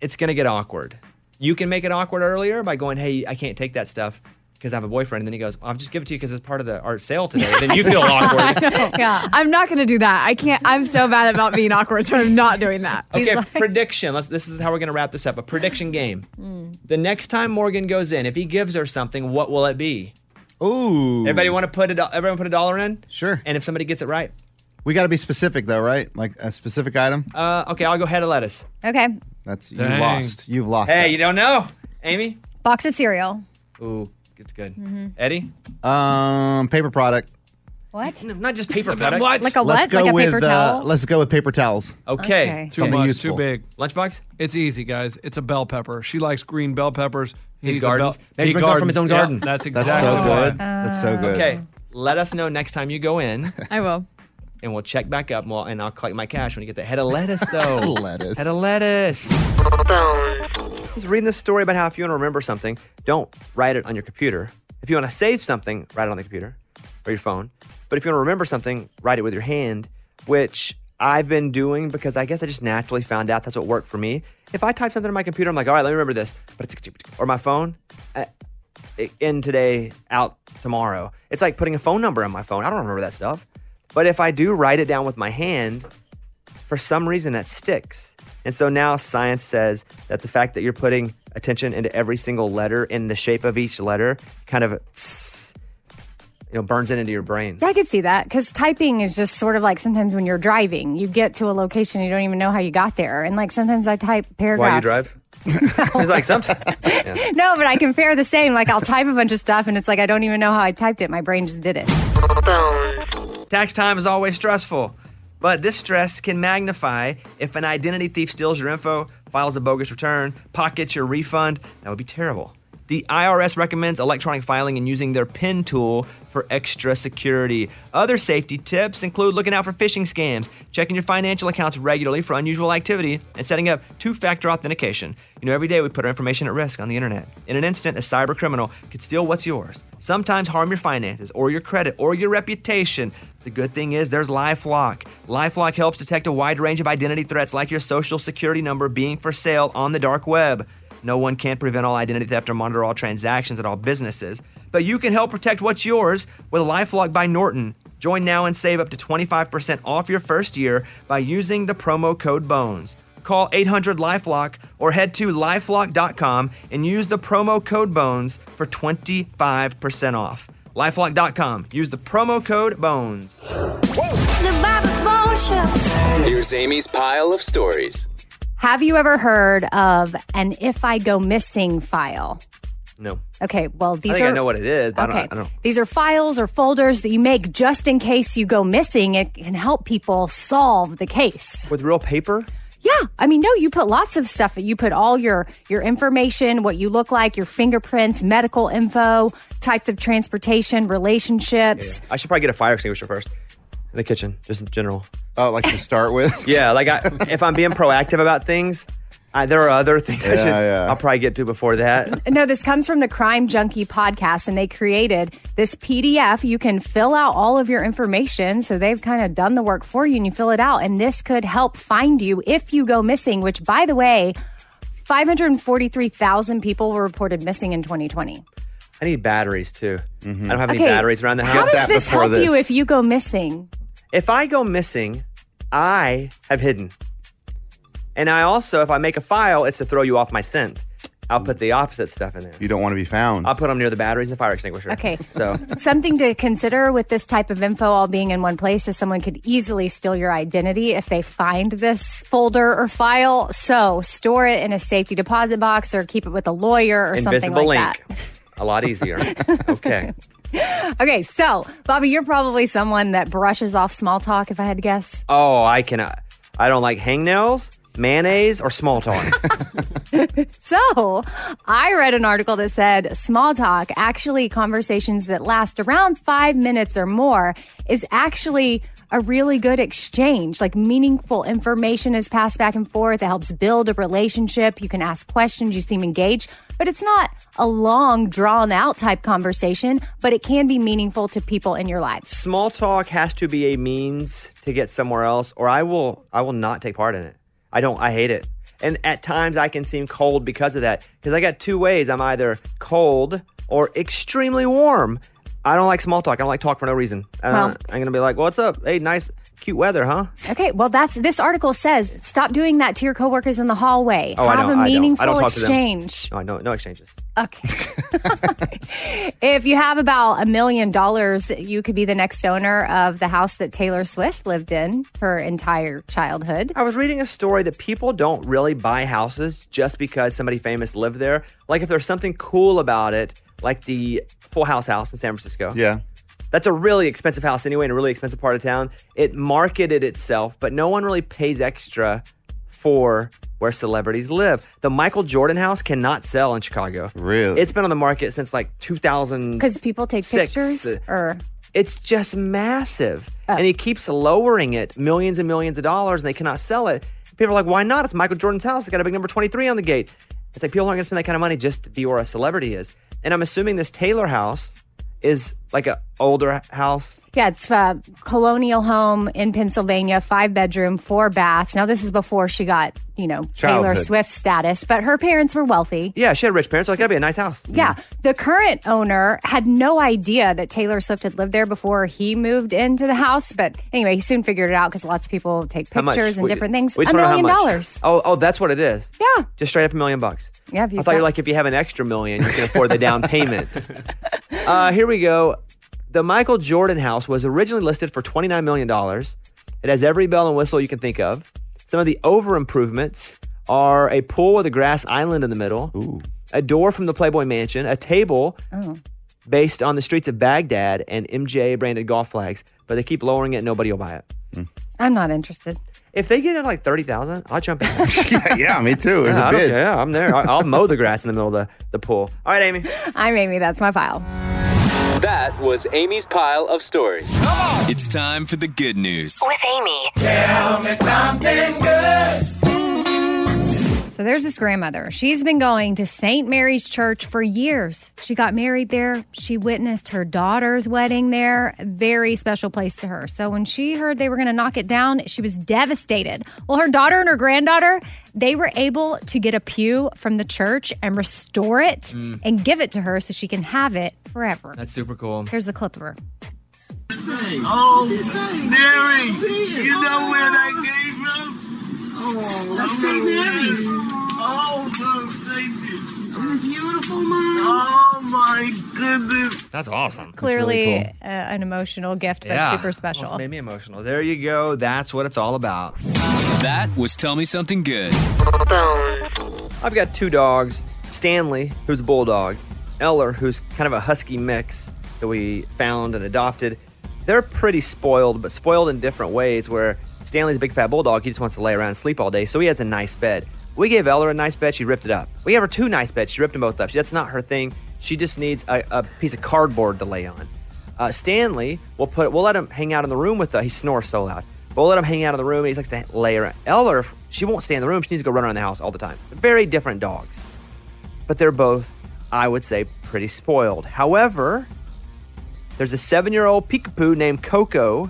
it's gonna get awkward. You can make it awkward earlier by going, hey, I can't take that stuff. Because I have a boyfriend, and then he goes, "I'll just give it to you because it's part of the art sale today." [laughs] Then you feel awkward. yeah. I'm not going to do that. I can't. I'm so bad about being awkward, so I'm not doing that. Okay, prediction. Let's. This is how we're gonna wrap this up. A prediction game. The next time Morgan goes in, if he gives her something, what will it be? Ooh. Everybody want to put a do- everyone put a dollar in? Sure. And if somebody gets it right, We got to be specific though, right? Like a specific item. uh, okay, I'll go head of lettuce. Okay. That's you Dang. lost. You've lost. Hey, you don't know, Amy? Box of cereal. Mm-hmm. Ooh, it's good. Eddie? Um, paper product. What? not just [laughs] paper Like a product. what? Like a Let's what? go Like a with, paper uh, towel? Let's go with paper towels. Okay. Too Something much, useful. too big. Lunchbox? It's easy, guys. It's a bell pepper. She likes green bell peppers. His He's a gardens. bell- Maybe he brings one from his own Yeah, garden. that's exactly why. Uh, Okay, let us know next time you go in. I will. And we'll check back up, and, we'll, and I'll collect my cash when you get the head of lettuce, though. lettuce. Head of lettuce. I was reading this story about how if you want to remember something, don't write it on your computer. If you want to save something, write it on the computer or your phone. But if you want to remember something, write it with your hand, which I've been doing because I guess I just naturally found out that's what worked for me. If I type something on my computer, I'm like, all right, let me remember this. But it's [laughs] or my phone, I- it- in today, out tomorrow. It's like putting a phone number on my phone. I don't remember that stuff. But if I do write it down with my hand, for some reason that sticks. And so now science says that the fact that you're putting attention into every single letter in the shape of each letter kind of tss, you know burns it into your brain. Yeah, I could see that because typing is just sort of like sometimes when you're driving, you get to a location you don't even know how you got there, and like sometimes I type paragraphs. While you drive? it's like something. [laughs] No, but I compare the same. Like I'll type a bunch of stuff, and it's like I don't even know how I typed it. My brain just did it. Tax time is always stressful, but this stress can magnify if an identity thief steals your info, files a bogus return, pockets your refund. That would be terrible. The IRS recommends electronic filing and using their PIN tool for extra security. Other safety tips include looking out for phishing scams, checking your financial accounts regularly for unusual activity, and setting up two factor authentication. You know, every day we put our information at risk on the internet. In an instant, a cyber criminal could steal what's yours, sometimes harm your finances or your credit or your reputation. The good thing is there's LifeLock. LifeLock helps detect a wide range of identity threats like your social security number being for sale on the dark web. No one can prevent all identity theft or monitor all transactions at all businesses, but you can help protect what's yours with LifeLock by Norton. Join now and save up to 25% off your first year by using the promo code BONES. Call 800 Lifelock or head to lifelock.com and use the promo code BONES for 25% off. Lifelock.com. Use the promo code BONES. The Bobby Bones Show. Here's Amy's pile of stories. Have you ever heard of an "if I go missing" file? No. Okay, well these I think are I know what it is, but I, Okay. don't, I don't know. These are files or folders that you make just in case you go missing. It can help people solve the case. With real paper? Yeah, I mean, no, you put lots of stuff. You put all your your information, what you look like, your fingerprints, medical info, types of transportation, relationships. I should probably get a fire extinguisher first in the kitchen, just in general. Oh, like to start [laughs] with? yeah, like I, if I'm being proactive about things, I, there are other things I Yeah, should, yeah. I'll probably get to before that. No, this comes from the Crime Junkie podcast, and they created this PDF. You can fill out all of your information. So they've kind of done the work for you and you fill it out. And this could help find you if you go missing, which, by the way, 543,000 people were reported missing in 2020. I need batteries too. Mm-hmm. I don't have any Okay, batteries around the house. How does this help you if you go missing? If I go missing, I have hidden. And I also, if I make a file, it's to throw you off my scent. I'll put the opposite stuff in there. You don't want to be found. I'll put them near the batteries and the fire extinguisher. Okay. [laughs] So Something to consider with this type of info all being in one place is someone could easily steal your identity if they find this folder or file. So store it in a safety deposit box or keep it with a lawyer or invisible something like link, a lot [laughs] easier. okay. that. Okay, so Bobby, you're probably someone that brushes off small talk if I had to guess. Oh, I cannot. I don't like hangnails, mayonnaise, or small talk. So I read an article that said small talk, actually conversations that last around five minutes or more, is actually a really good exchange. Like meaningful information is passed back and forth. It helps build a relationship. You can ask questions. You seem engaged, but it's not a long, drawn out type conversation, but it can be meaningful to people in your lives. Small talk has to be a means to get somewhere else, or I will I will not take part in it. I don't. I hate it. And at times I can seem cold because of that. Because I got two ways. I'm either cold or extremely warm. I don't like small talk. I don't like talk for no reason. I don't- Well- I'm gonna be like, "What's up? Hey, nice, cute weather, huh?" Okay, well, that's this article says stop doing that to your coworkers in the hallway. Oh, I Have don't. a I don't. meaningful I don't talk exchange. to them. No, I- no, no exchanges. If you have about a million dollars, you could be the next owner of the house that Taylor Swift lived in her entire childhood. I was reading a story that people don't really buy houses just because somebody famous lived there. Like if there's something cool about it, like the Full House house in San Francisco. Yeah. That's a really expensive house anyway, in a really expensive part of town. It marketed itself, but no one really pays extra for where celebrities live. The Michael Jordan house cannot sell in Chicago. Really? It's been on the market since like 2000. Because people take Six. pictures, or It's just massive. And he keeps lowering it millions and millions of dollars and they cannot sell it. People are like, why not? It's Michael Jordan's house. It's got a big number 23 on the gate. It's like people aren't going to spend that kind of money just to be where a celebrity is. And I'm assuming this Taylor house is like an older house. yeah, it's a colonial home in Pennsylvania, five bedroom, four baths. Now this is before she got you know Taylor Childhood. Swift status, but her parents were wealthy. Yeah, she had rich parents, so it's got to be a nice house. Yeah. The current owner had no idea that Taylor Swift had lived there before he moved into the house. But anyway, he soon figured it out because lots of people take How much? pictures and We- different things. we A just wanna know how million much. dollars. Oh, oh, that's what it is. Yeah. Just straight up a million bucks. Yeah. If I you've thought you were got- like, if you have an extra million, you can afford the down [laughs] payment. uh, here we go. The Michael Jordan house was originally listed for $29 million. It has every bell and whistle you can think of. Some of the over improvements are a pool with a grass island in the middle, a door from the Playboy Mansion, a table Oh. based on the streets of Baghdad, and MJ branded golf flags, but they keep lowering it. Nobody will buy it. I'm not interested. If they get it like 30,000, I'll [laughs] jump in. [laughs] yeah, me too. There's yeah, a I don't bid. care. Yeah, I'm there. I- I'll mow the grass in the middle of the, the pool. All right, Amy. I'm Amy. That's my file. That was Amy's pile of stories. It's time for the good news. With Amy. Tell me something good. So there's this grandmother. She's been going to St. Mary's Church for years. She got married there. She witnessed her daughter's wedding there. Very special place to her. So when she heard they were going to knock it down, she was devastated. Well, her daughter and her granddaughter, they were able to get a pew from the church and restore it Mm. and give it to her so she can have it forever. That's super cool. Here's the clip of her. Oh, Mary, you know where that came from? Oh, that's St. Mary's. Oh, from St. Beautiful, Mom. Oh, my goodness. That's awesome. Clearly uh, an emotional gift, but super special. Almost made me emotional. There you go. That's what it's all about. That was Tell Me Something Good. I've got two dogs Stanley, who's a bulldog, Eller, who's kind of a husky mix that we found and adopted. They're pretty spoiled, but spoiled in different ways. Where Stanley's a big fat bulldog, he just wants to lay around and sleep all day, so he has a nice bed. We gave Eller a nice bed, she ripped it up. We gave her two nice beds, she ripped them both up. That's not her thing. She just needs a, a piece of cardboard to lay on. Uh, Stanley, we'll put we'll let him hang out in the room with us. He snores so loud. But we'll let him hang out in the room. He likes to lay around. Eller, she won't stay in the room. She needs to go run around the house all the time. Very different dogs, but they're both, I would say, pretty spoiled. However, there's a seven-year-old peekapoo named Coco.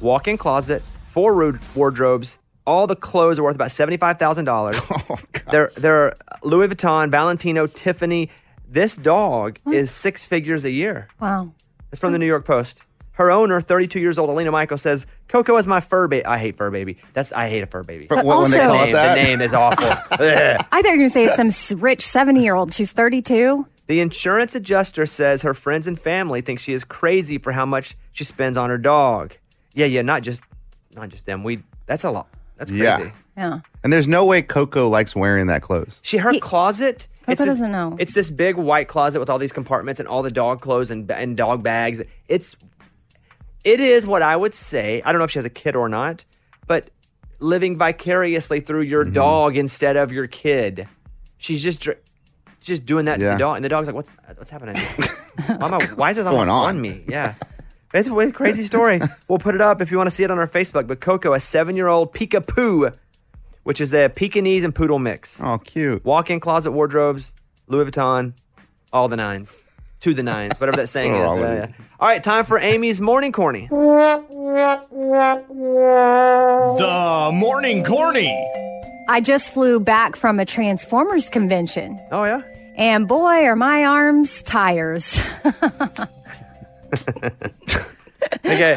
Walk-in closet, four ro- wardrobes. All the clothes are worth about seventy-five thousand dollars. They're they're Louis Vuitton, Valentino, Tiffany. This dog is six figures a year. Wow. It's from the New York Post. Her owner, 32 years old, Alina Michael, says Coco is my fur baby. I hate fur baby. That's I hate a fur baby. But when they also- call the it name, that? the name is awful. [laughs] [laughs] Ugh. I thought you were going to say it's some s- rich 70 year old. She's 32. The insurance adjuster says her friends and family think she is crazy for how much she spends on her dog. Yeah, yeah, not just not just them. We that's a lot. That's crazy. Yeah. Yeah. And there's no way Coco likes wearing that clothes. She her closet. Coco this, doesn't know. It's this big white closet with all these compartments and all the dog clothes and and dog bags. It's it is what I would say. I don't know if she has a kid or not, but living vicariously through your Mm-hmm. dog instead of your kid. She's just dr- just doing that to Yeah. the dog, and the dog's like, "What's what's [laughs] happening? Why, am I- why is this going on? on me?" Yeah. It's a really crazy story. [laughs] we'll put it up if you want to see it on our Facebook. But Coco, a seven-year-old Poo, which is a Pekingese and poodle mix. Oh, cute. Walk-in closet wardrobes, Louis Vuitton, all the nines, to the nines, whatever [laughs] that saying That's is. all Yeah, I yeah. would- All right, time for Amy's morning corny. The morning corny. I just flew back from a Transformers convention. Oh, yeah? And boy, are my arms tires. Okay,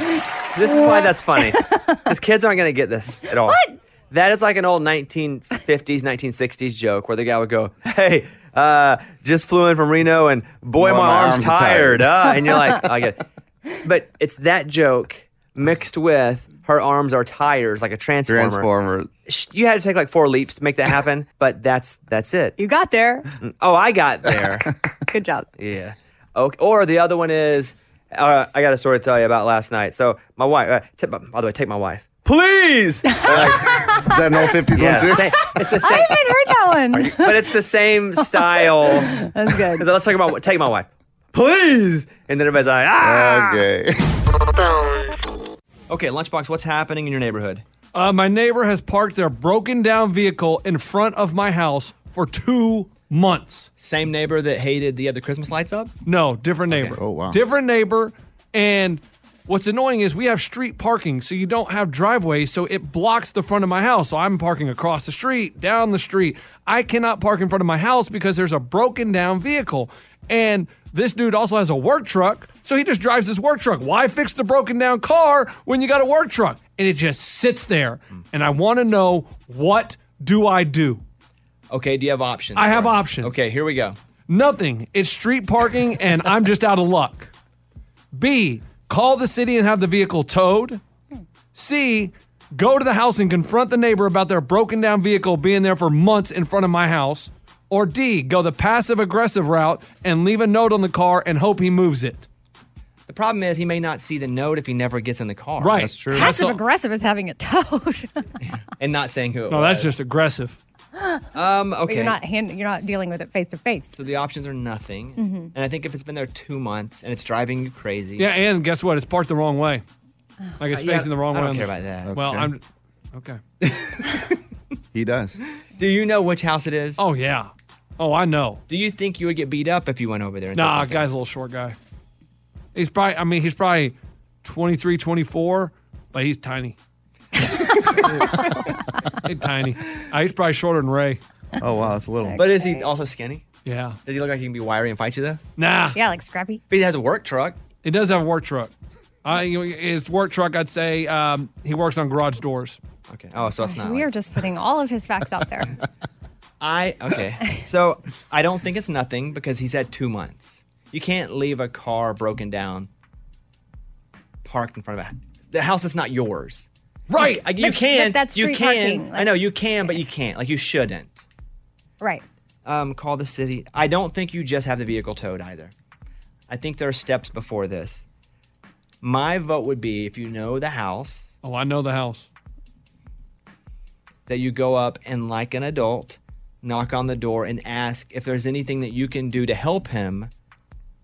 this is why that's funny. Because kids aren't going to get this at all. What? That is like an old 1950s, 1960s joke where the guy would go, "Hey, uh, just flew in from Reno, and boy, my, arm's, are tired." tired. Ah, and you're [laughs] like, "I get it." But it's that joke mixed with her arms are tires, like a transformer. Transformers. Sh- You had to take like four leaps to make that [laughs] happen, but that's that's it. You got there. Oh, I got there. [laughs] Good job. Yeah. Okay. Or the other one is, uh, I got a story to tell you about last night. So my wife. Uh, t- by the way, take my wife, [laughs] [laughs] please. is that an old fifties yeah, one too? sa- it's the [laughs] I same, haven't heard that one. but it's the [laughs] same style. That's [laughs] good. Let's talk about take my wife, please. And then everybody's like, ah. Okay. [laughs] Okay, lunchbox. What's happening in your neighborhood? Uh, my neighbor has parked their broken down vehicle in front of my house for two months. Same neighbor that hated the other Christmas lights up? No, different neighbor. Oh, wow. Different neighbor. And what's annoying is we have street parking, so you don't have driveways, so it blocks the front of my house. So I'm parking across the street, down the street. I cannot park in front of my house because there's a broken down vehicle. And this dude also has a work truck, so he just drives his work truck. Why fix the broken down car when you got a work truck? And it just sits there. And I want to know what do I do? Okay, do you have options? I have options. Okay, here we go. Nothing. It's street parking, [laughs] and I'm just out of luck. B, call the city and have the vehicle towed. C, go to the house and confront the neighbor about their broken down vehicle being there for months in front of my house. Or D, go the passive aggressive route and leave a note on the car and hope he moves it. The problem is he may not see the note if he never gets in the car. Right. That's true. Passive aggressive is having it [laughs] towed. and not saying who it No, was. that's just aggressive. Um, But okay. You're not, hand, you're not dealing with it face to face. So the options are nothing. Mhm. And I think if it's been there two months and it's driving you crazy. Yeah, and guess what? It's parked the wrong way. Like it's Uh, yeah, facing the wrong I way. don't on care the- about that. Well, Okay. I'm. Okay. He does. Do you know which house it is? Oh yeah. Oh, I know. Do you think you would get beat up if you went over there? And said Nah, something? guy's a little short guy. He's probably, I mean, he's probably 23, 24, but he's [laughs] tiny. he's tiny. Uh, he's probably shorter than Ray. Oh, wow, that's little. But is he also skinny? Yeah. Does he look like he can be wiry and fight you though? Nah. Yeah, like Scrappy. But he has a work truck. He does have a work truck. I, you know, his work truck, I'd say um, he works on garage doors. Okay. Oh, so that's Gosh, not. we are just putting all of his facts [laughs] out there. I [laughs] okay. so I don't think it's nothing because he's had two months. You can't leave a car broken down, parked in front of a the house that's not yours. Right. Like, you can. that's you street can. parking, I know you can, but you can't. Like you shouldn't. right. um, call the city. I don't think you just have the vehicle towed either. I think there are steps before this. My vote would be if you know the house. Oh, I know the house. That you go up and, like an adult, knock on the door and ask if there's anything that you can do to help him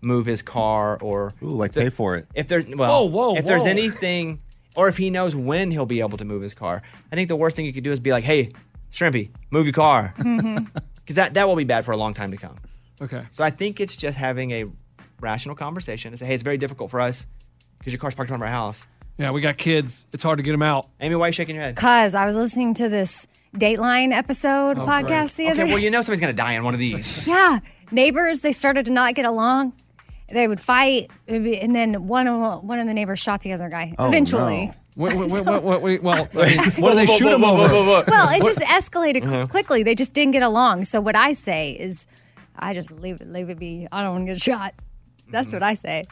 move his car or Ooh, like pay for it. if there's well, Whoa, whoa, if there's whoa. anything, or if he knows when he'll be able to move his car, I think the worst thing you could do is be like, "Hey, Shrimpy, move your car," Mm-hmm. because that that will be bad for a long time to come. Okay. So I think it's just having a rational conversation and say, "Hey, it's very difficult for us because your car's parked in front of our house." Yeah, we got kids. It's hard to get them out. Amy, why are you shaking your head? Oh, Because I was listening to this Dateline episode podcast the okay, other [laughs] well, you know somebody's gonna die in one of these. Yeah. Neighbors, they started to not get along. They would fight, it would be- and then one of one of the neighbors shot the other guy. Oh, eventually, Wait, [laughs] wait, wait, wait, wait, wait, well, [laughs] I mean, what do Whoa, they whoa, shoot whoa, him whoa, over? whoa, whoa, well, it just escalated Mm-hmm. Mhm. quickly. They just didn't get along. So what I say is, I just leave it, leave it be. I don't want to get shot. That's what I say.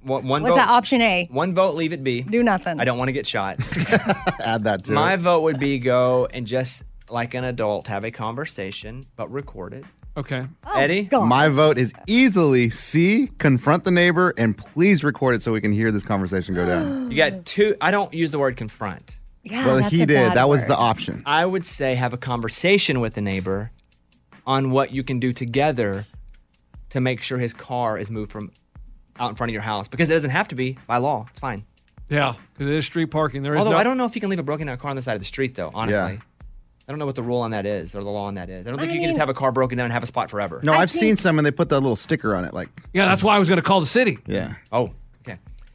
One, Mm-hmm. one What's vote. that option A? One vote, leave it be. Do nothing. I don't want to get shot. [laughs] Add that to My it. vote would be go and just like an adult have a conversation, but record it. Okay. Eddie? My vote is easily C, confront the neighbor, and please record it so we can hear this conversation go down. [gasps] You got two. I don't use the word confront. Yeah, well, he did. That was the option. I would say have a conversation with the neighbor on what you can do together to make sure his car is moved from out in front of your house because it doesn't have to be by law. It's fine. Yeah, because it is street parking. There is Although no, I don't know if you can leave a broken down car on the side of the street, though. Honestly, I don't know what the rule on that is or the law on that is. I don't think I you can just mean- have a car broken down and have a spot forever. No, I have seen some and they put that little sticker on it. Like, yeah, that's why I was going to call the city. Yeah. Oh,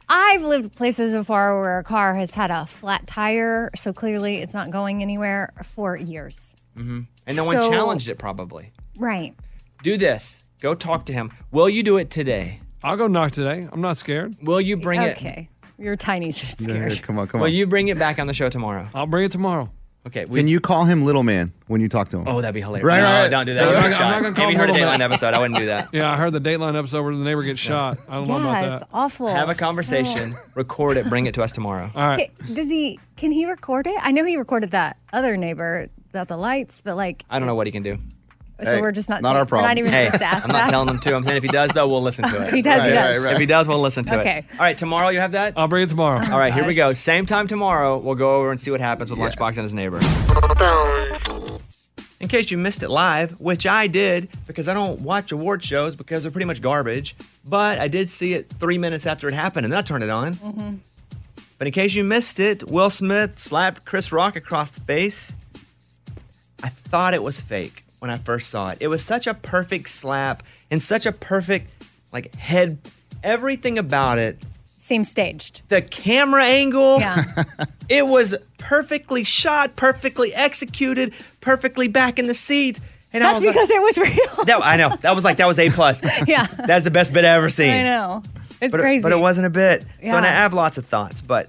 I've lived places before where a car has had a flat tire, so clearly it's not going anywhere for years. mm-hmm. hmm and no one So- challenged it. Probably Right. do this. Go talk to him. Will you do it today? I'll go knock today. I'm not scared. Will you bring it? okay. You're tiny, [laughs] just scared. come on, come Will on. you bring it back on the show tomorrow? I'll bring it tomorrow. Okay. Can you call him little man when you talk to him? Oh, that'd be hilarious. Right, no, right. don't do that. I'm You'd not- get I'm shot. not gonna call Have you heard a Little Man. Dateline episode? I wouldn't do that. Yeah, I heard the Dateline episode where the neighbor gets shot. I don't know about Yeah, that. it's awful. Have a conversation. [laughs] So- Record it. Bring it to us tomorrow. All Ca- Does he? Can he record it? I know he recorded that other neighbor about the lights, but like, I don't know what he can do. So Hey, we're just not not saying- our we're not problem. even Hey, supposed to ask I'm not that. telling him to. I'm saying if he does, though, we'll listen to it. [laughs] He does, he Right, does. right, right. If he does, we'll listen to Okay. it. All right, tomorrow you have that? I'll bring it tomorrow. All right, here we go. Same time tomorrow. We'll go over and see what happens with Lunchbox and his neighbor. In case you missed it live, which I did because I don't watch award shows because they're pretty much garbage, but I did see it three minutes after it happened and then I turned it on. Mm-hmm. But in case you missed it, Will Smith slapped Chris Rock across the face. I thought it was fake when I first saw it. It was such a perfect slap and such a perfect like head everything about it. Seems staged. The camera angle. Yeah. [laughs] it was perfectly shot, perfectly executed, perfectly back in the seat. And I that's was like- because it was [laughs] real. that, I know. That was like that was A plus. [laughs] yeah, That's the best bit I ever seen. I know. It's but crazy. It, but it wasn't a bit. So and I Yeah. have lots of thoughts, but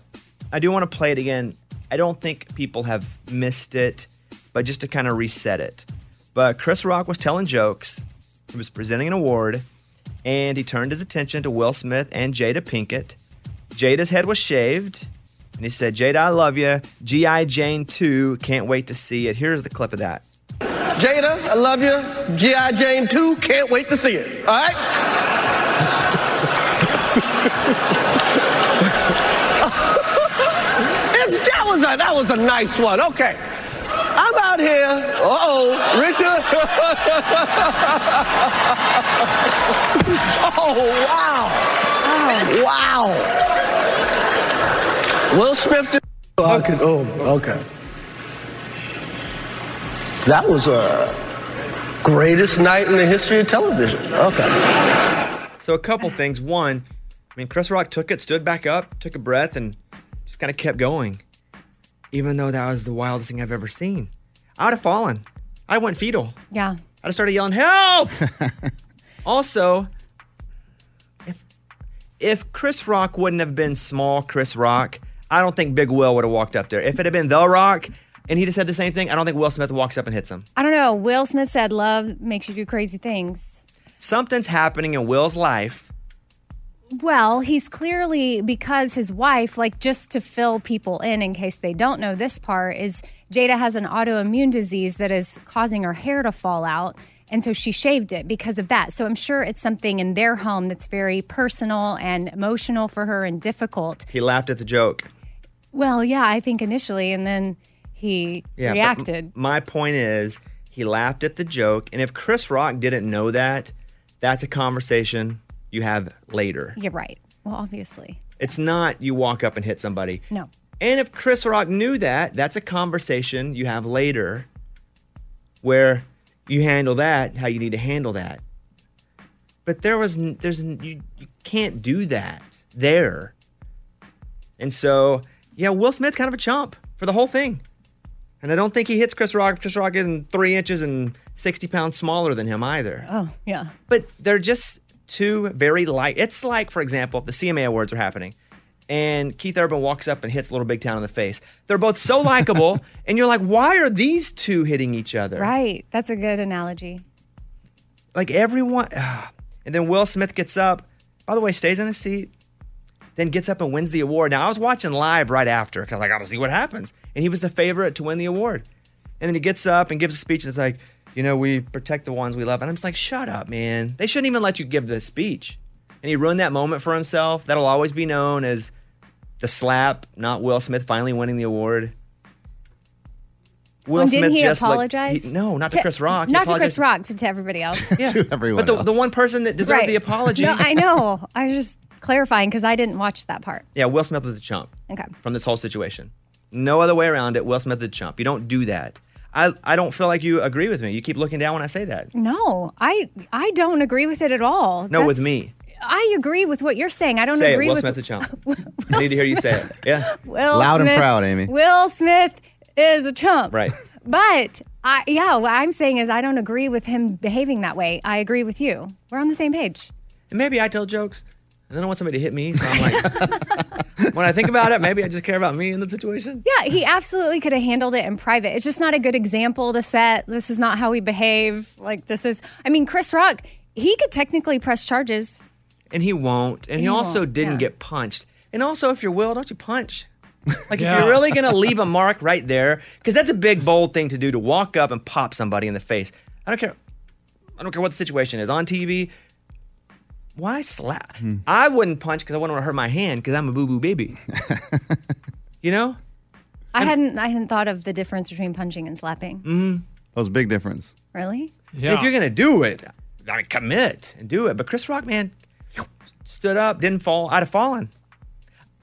I do want to play it again. I don't think people have missed it, but just to kind of reset it. But Chris Rock was telling jokes. He was presenting an award, and he turned his attention to Will Smith and Jada Pinkett. Jada's head was shaved, and he said, "Jada, I love you. GI Jane 2, can't wait to see it." Here's the clip of that. Jada, I love you. G.I. Jane 2, can't wait to see it. All right? [laughs] It's- that, was a, that was a nice one. Okay. I'm out here. Uh oh, Richard. [laughs] oh, wow. Wow. Will Smith. did- Oh, I could- oh, okay. That was a greatest night in the history of television. Okay. So a couple things. One, I mean, Chris Rock took it, stood back up, took a breath, and just kind of kept going. Even though that was the wildest thing I've ever seen, I would have fallen. I went fetal. yeah. I just started yelling, "Help!" also, if if Chris Rock wouldn't have been small Chris Rock, I don't think Big Will would have walked up there. If it had been The Rock, and he just said the same thing, I don't think Will Smith walks up and hits him. I don't know. Will Smith said, "Love makes you do crazy things." Something's happening in Will's life. Well, he's clearly because his wife, like just to fill people in in case they don't know this part, is Jada has an autoimmune disease that is causing her hair to fall out. And so she shaved it because of that. So I'm sure it's something in their home that's very personal and emotional for her and difficult. He laughed at the joke. Well, yeah, I think initially, and then he but reacted. m- my point is, he laughed at the joke, and if Chris Rock didn't know that, that's a conversation you have later. You're right. Well, obviously. It's not you walk up and hit somebody. No. And if Chris Rock knew that, that's a conversation you have later where you handle that how you need to handle that. But there was n- there's n- you, you can't do that there. And so, yeah, Will Smith's kind of a chump for the whole thing. And I don't think he hits Chris Rock. Chris Rock isn't three inches and 60 pounds smaller than him either. Oh, yeah. But they're just two very light. It's like, for example, if the CMA Awards are happening and Keith Urban walks up and hits Little Big Town in the face. They're both so likable, and you're like, why are these two hitting each other? Right. That's a good analogy. Like everyone. [sighs] And then Will Smith gets up, by the way, stays in his seat, then gets up and wins the award. Now, I was watching live right after because I got to see what happens. And he was the favorite to win the award. And then he gets up and gives a speech, and it's like, you know, we protect the ones we love. And I'm just like, shut up, man. They shouldn't even let you give this speech. And he ruined that moment for himself. That'll always be known as the slap, not Will Smith finally winning the award. Will and didn't Smith he just looked- apologize? he- no, not to, Chris Rock. He Not to apologized Chris Rock, but to everybody else. [laughs] [laughs] to everyone But the, else. the one person that deserved Right. the apology. No, I know. I was just clarifying because I didn't watch that part. [laughs] Yeah, Will Smith was a chump Okay. from this whole situation. No other way around it. Will Smith is a chump. You don't do that. I, I don't feel like you agree with me. You keep looking down when I say that. No, I I don't agree with it at all. No, with That's- me. I agree with what you're saying. I don't Say it. agree Will with Smith's a chump. [laughs] I need to hear you say it. Yeah. Will Smith- Will Smith is a chump. Right. But I yeah, what I'm saying is I don't agree with him behaving that way. I agree with you. We're on the same page. And maybe I tell jokes. And I don't want somebody to hit me. So I'm like, [laughs] when I think about it, maybe I just care about me in the situation. Yeah, he absolutely could have handled it in private. It's just not a good example to set. This is not how we behave. Like this is I mean, Chris Rock, he could technically press charges. And he won't. And he, He also won't, didn't yeah. get punched. And also, if you're Will, don't you punch? Like, Yeah. if you're really [laughs] going to leave a mark right there, because that's a big, bold thing to do to walk up and pop somebody in the face. I don't care. I don't care what the situation is on TV. Why slap? I wouldn't punch because I wouldn't want to hurt my hand because I'm a boo boo baby. you know? I hadn't I hadn't thought of the difference between punching and slapping. Mm. That was a big difference. Really? If you're going to do it, I mean, commit and do it. But Chris Rock, man, stood up, didn't fall. I'd have fallen.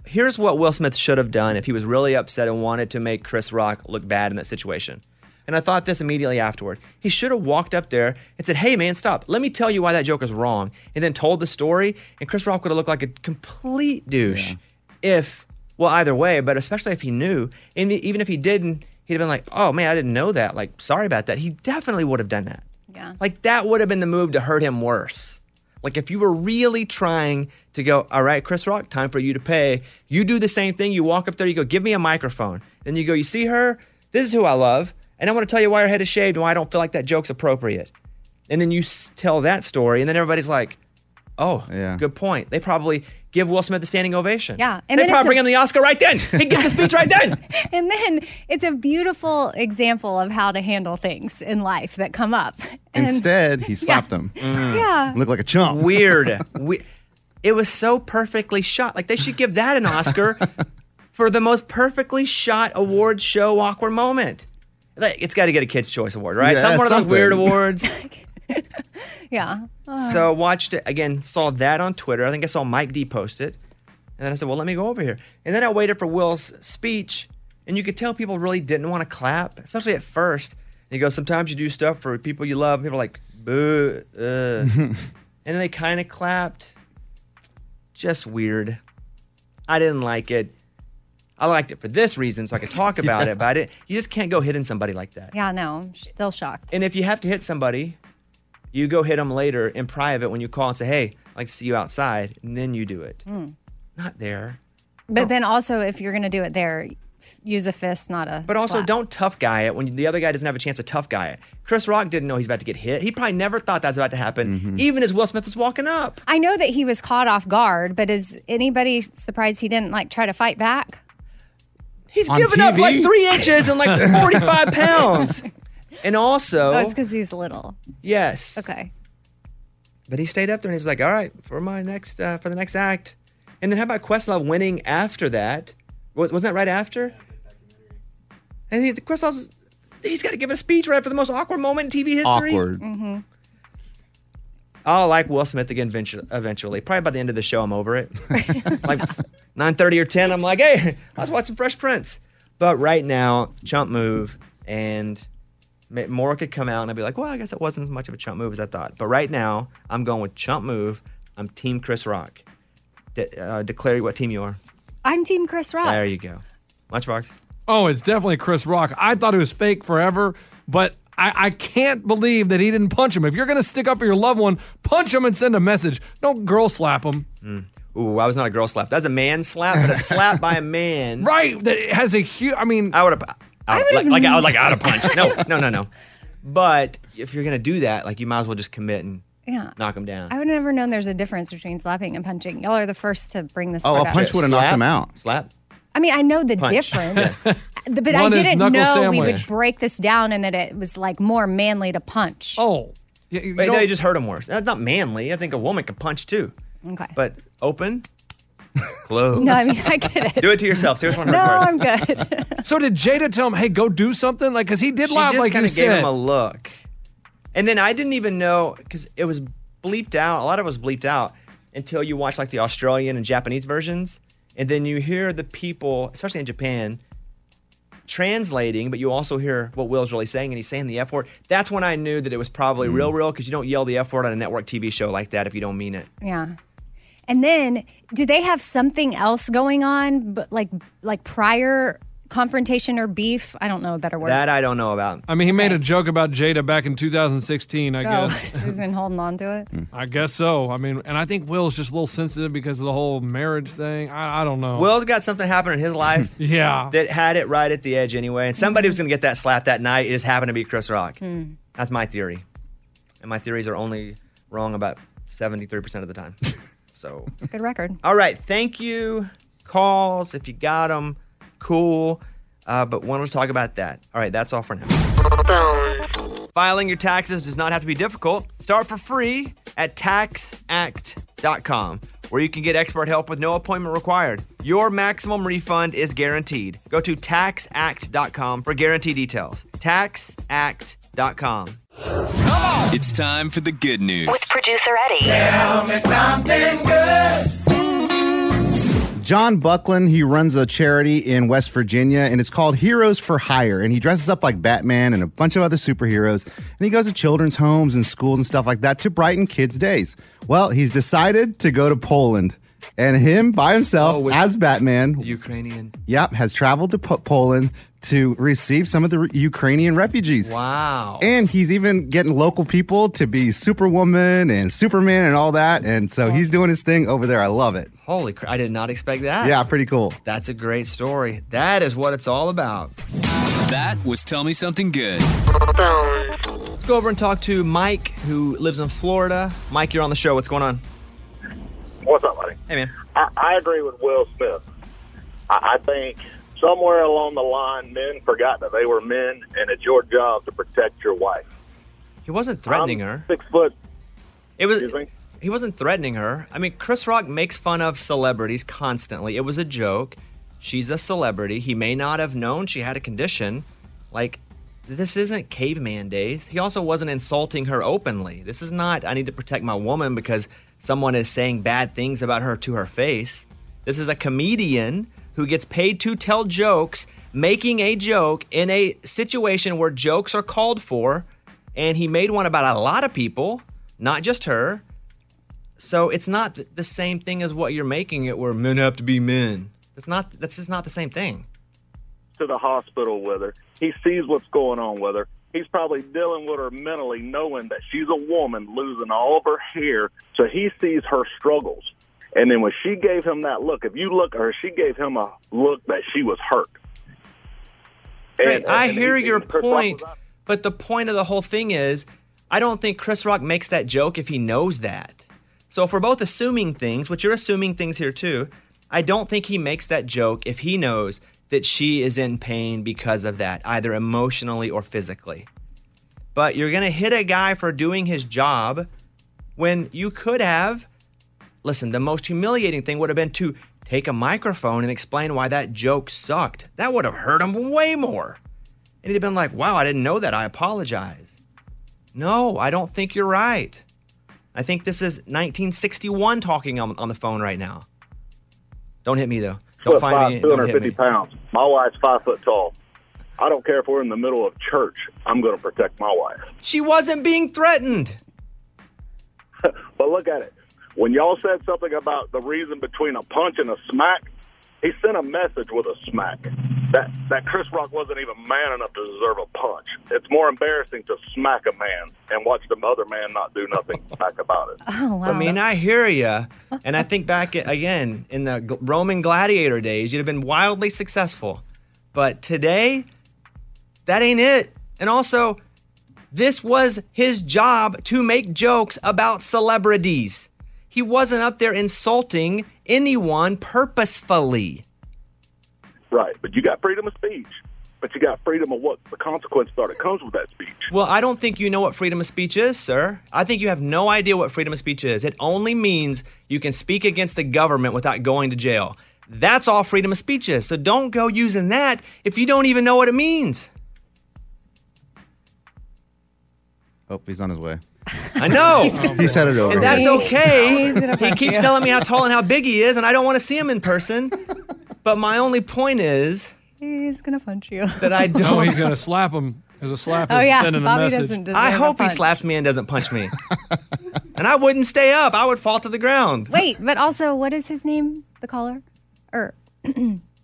Here's what Will Smith should have done if he was really upset and wanted to make Chris Rock look bad in that situation. And I thought this immediately afterward. He should have walked up there and said, Hey, man, stop. Let me tell you why that joke is wrong. And then told the story. And Chris Rock would have looked like a complete douche if, well, either way, but especially if he knew. And even if he didn't, he'd have been like, Oh, man, I didn't know that. Like, sorry about that. He definitely would have done that. Yeah. Like that would have been the move to hurt him worse. Like if you were really trying to go, all right, Chris Rock, time for you to pay. You do the same thing. You walk up there. You go, give me a microphone. Then you go, you see her. This is who I love, and I want to tell you why her head is shaved and why I don't feel like that joke's appropriate. And then you s- tell that story, and then everybody's like, oh, yeah. good point. They probably give Will Smith the standing ovation. Yeah, and and they then it's probably a- bring [laughs] him the Oscar right then. He gets the speech right then. And then it's a beautiful example of how to handle things in life that come up. [laughs] And Instead, [laughs] he slapped him. Mm. Yeah. Looked like a chump. Weird. [laughs] we- it was so perfectly shot. Like they should give that an Oscar for the most perfectly shot award show awkward moment. Like, it's got to get a Kids Choice Award, right? Yeah, Some one of those something. weird awards. yeah. Uh, so watched it again. Saw that on Twitter. I think I saw Mike D post it, and then I said, "Well, let me go over here." And then I waited for Will's speech, and you could tell people really didn't want to clap, especially at first. And he goes, "Sometimes you do stuff for people you love." And people are like, "Boo!" Uh. and then they kind of clapped. Just weird. I didn't like it. I liked it for this reason, so I could talk about Yeah. it. But I didn't, you just can't go hitting somebody like that. yeah, no, I'm still shocked. And if you have to hit somebody, you go hit them later in private when you call and say, "Hey, I'd like to see you outside," and then you do it. Mm. Not there. But then also, if you're going to do it there, f- use a fist, not a. But also, slap. don't tough guy it when the other guy doesn't have a chance to tough guy it. Chris Rock didn't know he's about to get hit. He probably never thought that's about to happen, even as Will Smith was walking up. I know that he was caught off guard, but is anybody surprised he didn't like try to fight back? He's giving up like three inches and like 45 pounds. And also, That's because he's little. yes, Okay. But he stayed up there and he's like, "All right, for my next uh, for the next act." And then how about Questlove winning after that? Was, wasn't that right after? And he, Questlove's he's got to give a speech right for the most awkward moment in TV history. Mm-hmm. I'll like Will Smith again ventu- eventually. Probably by the end of the show, I'm over it. like 9:30 or 10, I'm like, hey, I was watching Fresh Prince. But right now, chump move, and ma- more could come out, and I'd be like, well, I guess it wasn't as much of a chump move as I thought. But right now, I'm going with chump move. I'm Team Chris Rock. De- uh, declare what team you are. I'm Team Chris Ah. Rock. There you go. Lunchbox. Oh, it's definitely Chris Rock. I thought it was fake forever, but I, I can't believe that he didn't punch him. If you're going to stick up for your loved one, punch him and send a message. Don't girl slap him. Ooh, I was not a girl slap. That's a man slap, but a slap by a [laughs] man. Right. That has a huge. I mean, I would have. I I would would've like, like I would n- like out of punch. [laughs] No, no, no, no. But if you're gonna do that, like you might as well just commit and Yeah. knock him down. I would have never known there's a difference between slapping and punching. Y'all are the first to bring this. Oh, a part up. punch would've knocked him out. Slap. I mean, I know the Punch. [laughs] difference, The- but I One is didn't know knuckle we would sandwich. break this down and that it was like more manly to punch. Oh, Wait, no, don't- you just hurt him worse. That's not manly. I think a woman can punch too. okay. But [laughs] open, close. No, I mean I get it. do it to yourself. See which one hurts No, worse. I'm good. [laughs] [laughs] So did Jada tell him, "Hey, go do something"? Like, cause he did she lie just like kinda you gave said. him a look, and then I didn't even know because it was bleeped out. A lot of it was bleeped out until you watch like the Australian and Japanese versions, and then you hear the people, especially in Japan, translating. But you also hear what Will's really saying, and he's saying the F word. That's when I knew that it was probably Hmm. real, real because you don't yell the F word on a network TV show like that if you don't mean it. Yeah. And then, do they have something else going on, but like like prior confrontation or beef? I don't know a better word. I don't know about. I mean, he made a joke about Jada back in 2016. I oh, [laughs] guess. he's been holding on to it. I guess so. I mean, and I think Will's just a little sensitive because of the whole marriage thing. I, I don't know. Will's got something happen in his life. Oh. [laughs] yeah. Mm-hmm. That had it right at the edge anyway. And somebody was going to get that slap that night. It just happened to be Chris Rock. Hmm. That's my theory. And my theories are only wrong about 73% of the time. so, It's a good record. all right. Thank you. Calls, if you got them, cool. Uh, but wanted to talk about that. All right. That's all for now. Filing your taxes does not have to be difficult. Start for free at taxact.com, where you can get expert help with no appointment required. Your maximum refund is guaranteed. Go to taxact.com for guarantee details. Taxact.com. It's time for the good news. With producer Eddie. Tell me something good. John Buckland, he runs a charity in West Virginia, and it's called Heroes for Hire. And he dresses up like Batman and a bunch of other superheroes, and he goes to children's homes and schools and stuff like that to brighten kids' days. Well, he's decided to go to Poland, and him by himself as Batman, Oh, Ukrainian. yep, has traveled to po- Poland to receive some of the Ukrainian refugees. Wow. And he's even getting local people to be Superwoman and Superman and all that. And so he's doing his thing over there. I love it. Holy crap. I did not expect that. Yeah, pretty cool. That's a great story. That is what it's all about. That was Tell Me Something Good. Let's go over and talk to Mike, who lives in Florida. Mike, you're on the show. What's going on? What's up, buddy? Hey, man. I, I agree with Will Smith. I, I think somewhere along the line, men forgot that they were men, and it's your job to protect your wife. He wasn't threatening I'm her. Six foot. It was. He wasn't threatening her. I mean, Chris Rock makes fun of celebrities constantly. It was a joke. She's a celebrity. He may not have known she had a condition. Like, this isn't caveman days. He also wasn't insulting her openly. This is not, I need to protect my woman because someone is saying bad things about her to her face. This is a comedian who gets paid to tell jokes, making a joke in a situation where jokes are called for. And he made one about a lot of people, not just her. So it's not th- the same thing as what you're making it where men have to be men. It's not, that's just not the same thing. to the hospital with her. He sees what's going on with her. He's probably dealing with her mentally, knowing that she's a woman losing all of her hair. So he sees her struggles. And then when she gave him that look, if you look at her, she gave him a look that she was hurt. Right, I hear he- your Chris Rock point, was out. but the point of the whole thing is, I don't think Chris Rock makes that joke if he knows that. So if we're both assuming things, which you're assuming things here too, I don't think he makes that joke if he knows that she is in pain because of that, either emotionally or physically. But you're gonna hit a guy for doing his job when you could have Listen, the most humiliating thing would have been to take a microphone and explain why that joke sucked. That would have hurt him way more. And he'd have been like, wow, I didn't know that. I apologize. No, I don't think you're right. I think this is 1961 talking on, on the phone right now. Don't hit me, though. Don't Foot find me. five, Don't hit 250 me. pounds. My wife's five foot tall. I don't care if we're in the middle of church. I'm going to protect my wife. She wasn't being threatened. But look at it. When y'all said something about the reason between a punch and a smack, he sent a message with a smack. That that Chris Rock wasn't even man enough to deserve a punch. It's more embarrassing to smack a man and watch the other man not do nothing [laughs] back about it. Oh, wow. I mean, I hear you. And I think back at, again in the gl- Roman gladiator days, you'd have been wildly successful. But today, that ain't it. And also, this was his job to make jokes about celebrities. He wasn't up there insulting anyone purposefully. Right, but you got freedom of speech, but you got freedom of what the consequence that it comes with that speech. Well, I don't think you know what freedom of speech is, sir. I think you have no idea what freedom of speech is. It only means you can speak against the government without going to jail. That's all freedom of speech is. So don't go using that if you don't even know what it means. Oh, he's on his way. [laughs] I know. he said it over. And that's okay. He's gonna He fuck keeps you. telling me how tall and how big he is, and I don't want to see him in person. But my only point is He's gonna punch you. that [laughs] [laughs] I don't. No, Oh, he's gonna slap him as a slap. Oh, yeah. sending a Bobby message. doesn't deserve I a hope he punch. slaps me and doesn't punch [laughs] me. and I wouldn't stay up. I would fall to the ground. Wait, but also, what is his name? The caller, or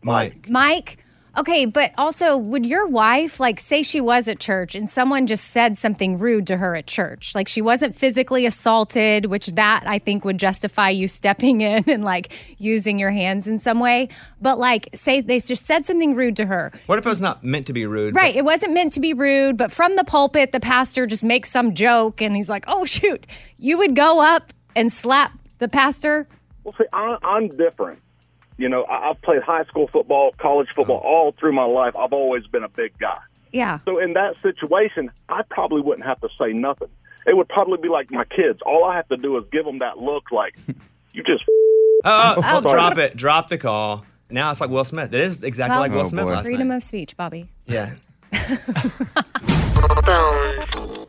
Mike. [clears throat] Mike? Okay, but also, would your wife like say she was at church and someone just said something rude to her at church? Like she wasn't physically assaulted, which that I think would justify you stepping [laughs] in and like using your hands in some way. But like, say they just said something rude to her. What if it was not meant to be rude? Right. It wasn't meant to be rude, but from the pulpit, the pastor just makes some joke and he's like, oh, shoot. You would go up and slap the pastor. Well, see, I, I'm different. You know, I, I've played high school football, college football, all through my life. I've always been a big guy. Yeah. So in that situation, I probably wouldn't have to say nothing. It would probably be like my kids. All I have to do is give them that look, like [laughs] you just. Oh, Oh, oh, boy. drop it. Drop the call. Now it's like Will Smith. It is exactly like Oh, Will Oh, Smith last night. Freedom of speech, Bobby. Yeah.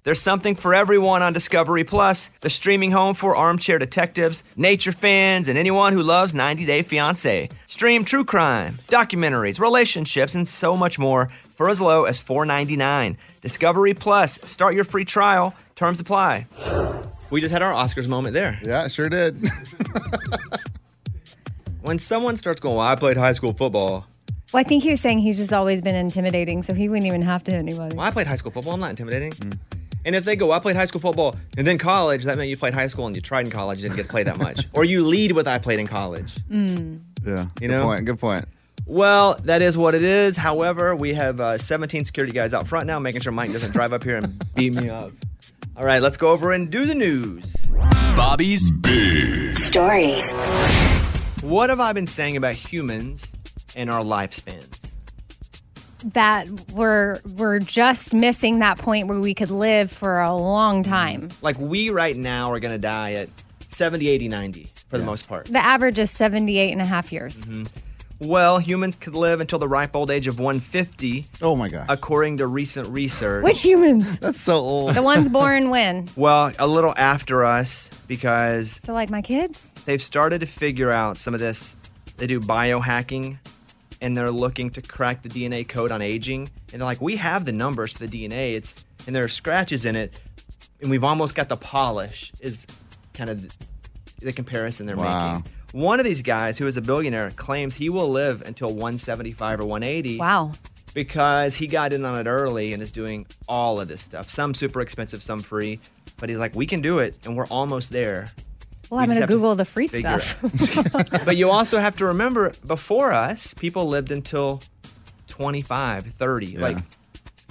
There's something for everyone on Discovery Plus, the streaming home for armchair detectives, nature fans, and anyone who loves 90 Day Fiancé. Stream true crime, documentaries, relationships, and so much more for as low as $4.99. Discovery Plus. Start your free trial. Terms apply. We just had our Oscars moment there. Yeah, sure did. [laughs] when someone starts going, well, I played high school football. Well, I think he was saying he's just always been intimidating, so he wouldn't even have to anybody. Well, I played high school football. I'm not intimidating. And if they go, I played high school football and then college, that meant you played high school and you tried in college, you didn't get to play that much. or you lead with I played in college. Mm. Yeah. You good know? Point, good point. Well, that is what it is. However, we have uh, 17 security guys out front now, making sure Mike doesn't drive up here and beat me up. All right, let's go over and do the news. Bobby's Big Stories. What have I been saying about humans and our lifespans? That we're we're just missing that point where we could live for a long time. Like, we right now are going to die at 70, 80, 90 for the most part. The average is 78 and a half years. Mm-hmm. Well, humans could live until the ripe old age of 150. Oh my gosh. According to recent research. Which humans? That's so old. The ones [laughs] born when? Well, a little after us because So like my kids? they've started to figure out some of this. They do biohacking and they're looking to crack the DNA code on aging. And they're like, we have the numbers for the DNA. It's and there are scratches in it, and we've almost got the polish. Is kind of the comparison they're Wow. making. One of these guys, who is a billionaire, claims he will live until 175 or 180. Wow. Because he got in on it early and is doing all of this stuff. Some super expensive, some free. But he's like, we can do it, and we're almost there Well, We I'm just gonna have to Google the free figure it stuff. but you also have to remember before us people lived until 25 30 like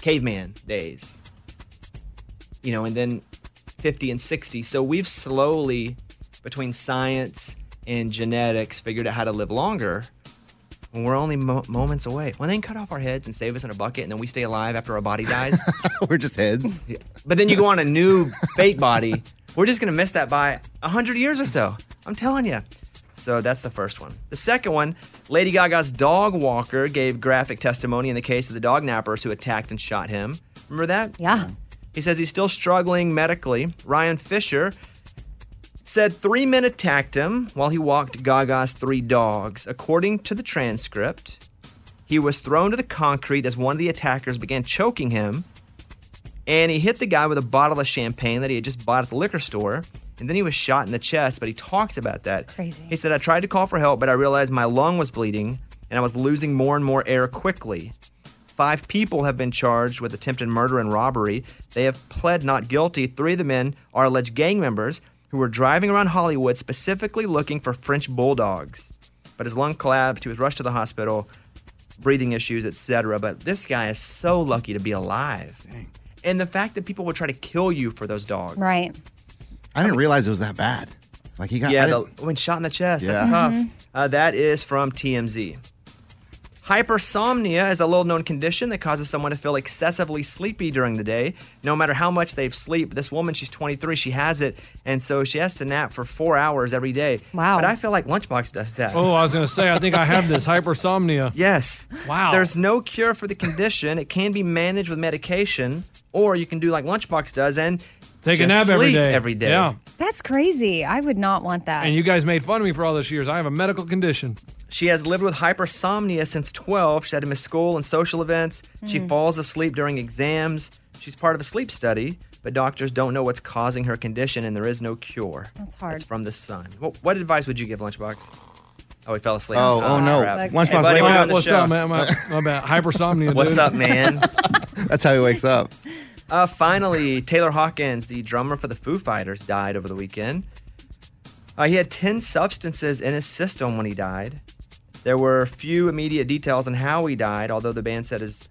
caveman days you know and then 50 and 60 so we've slowly between science and genetics figured out how to live longer when we're only mo- moments away when they cut off our heads and save us in a bucket and then we stay alive after our body dies [laughs] We're just heads. but then you go on a new fake body. We're just gonna miss that by a hundred years or so. I'm telling you. So that's the first one. The second one, Lady Gaga's dog walker gave graphic testimony in the case of the dog nappers who attacked and shot him. Remember that? Yeah. He says he's still struggling medically. Ryan Fisher said three men attacked him while he walked Gaga's three dogs. According to the transcript, he was thrown to the concrete as one of the attackers began choking him and he hit the guy with a bottle of champagne that he had just bought at the liquor store. And then he was shot in the chest, but he talks about that. Crazy. He said, I tried to call for help, but I realized my lung was bleeding. and I was losing more and more air quickly. Five people have been charged with attempted murder and robbery. They have pled not guilty. Three of the men are alleged gang members who were driving around Hollywood specifically looking for French bulldogs. But his lung collapsed. He was rushed to the hospital, breathing issues, etc. But this guy is so lucky to be alive. And the fact that people would try to kill you for those dogs. [laughs] Right. I didn't realize it was that bad. Like he got yeah, I the, didn't- when shot in the chest. Yeah. That's Mhm. tough. Uh, that is from TMZ. Hypersomnia is a little known condition that causes someone to feel excessively sleepy during the day, no matter how much they've sleep. This woman, she's 23, she has it, and so she has to nap for four hours every day. Wow. But I feel like Lunchbox does that. Oh, I was going to say, I think I have this [laughs] hypersomnia. Yes. Wow. There's no cure for the condition. It can be managed with medication, or you can do like Lunchbox does and Take a just nap every sleep day. Every day. Yeah. That's crazy. I would not want that. And you guys made fun of me for all those years. I have a medical condition. She has lived with hypersomnia since 12. She had to miss school and social events. She Mm. falls asleep during exams. She's part of a sleep study, but doctors don't know what's causing her condition and there is no cure. That's hard. It's from the sun. What, what advice would you give Lunchbox? Oh, he fell asleep. Oh, oh, no. Crap. Lunchbox, hey, buddy, wake we're up. on the What's show. up, man? My, [laughs] my bad. Hypersomnia. What's dude. up, man? [laughs] That's how he wakes up. Uh, finally, Taylor Hawkins, the drummer for the Foo Fighters, died over the weekend. Uh, he had 10 substances in his system when he died. There were few immediate details on how he died, although the band said his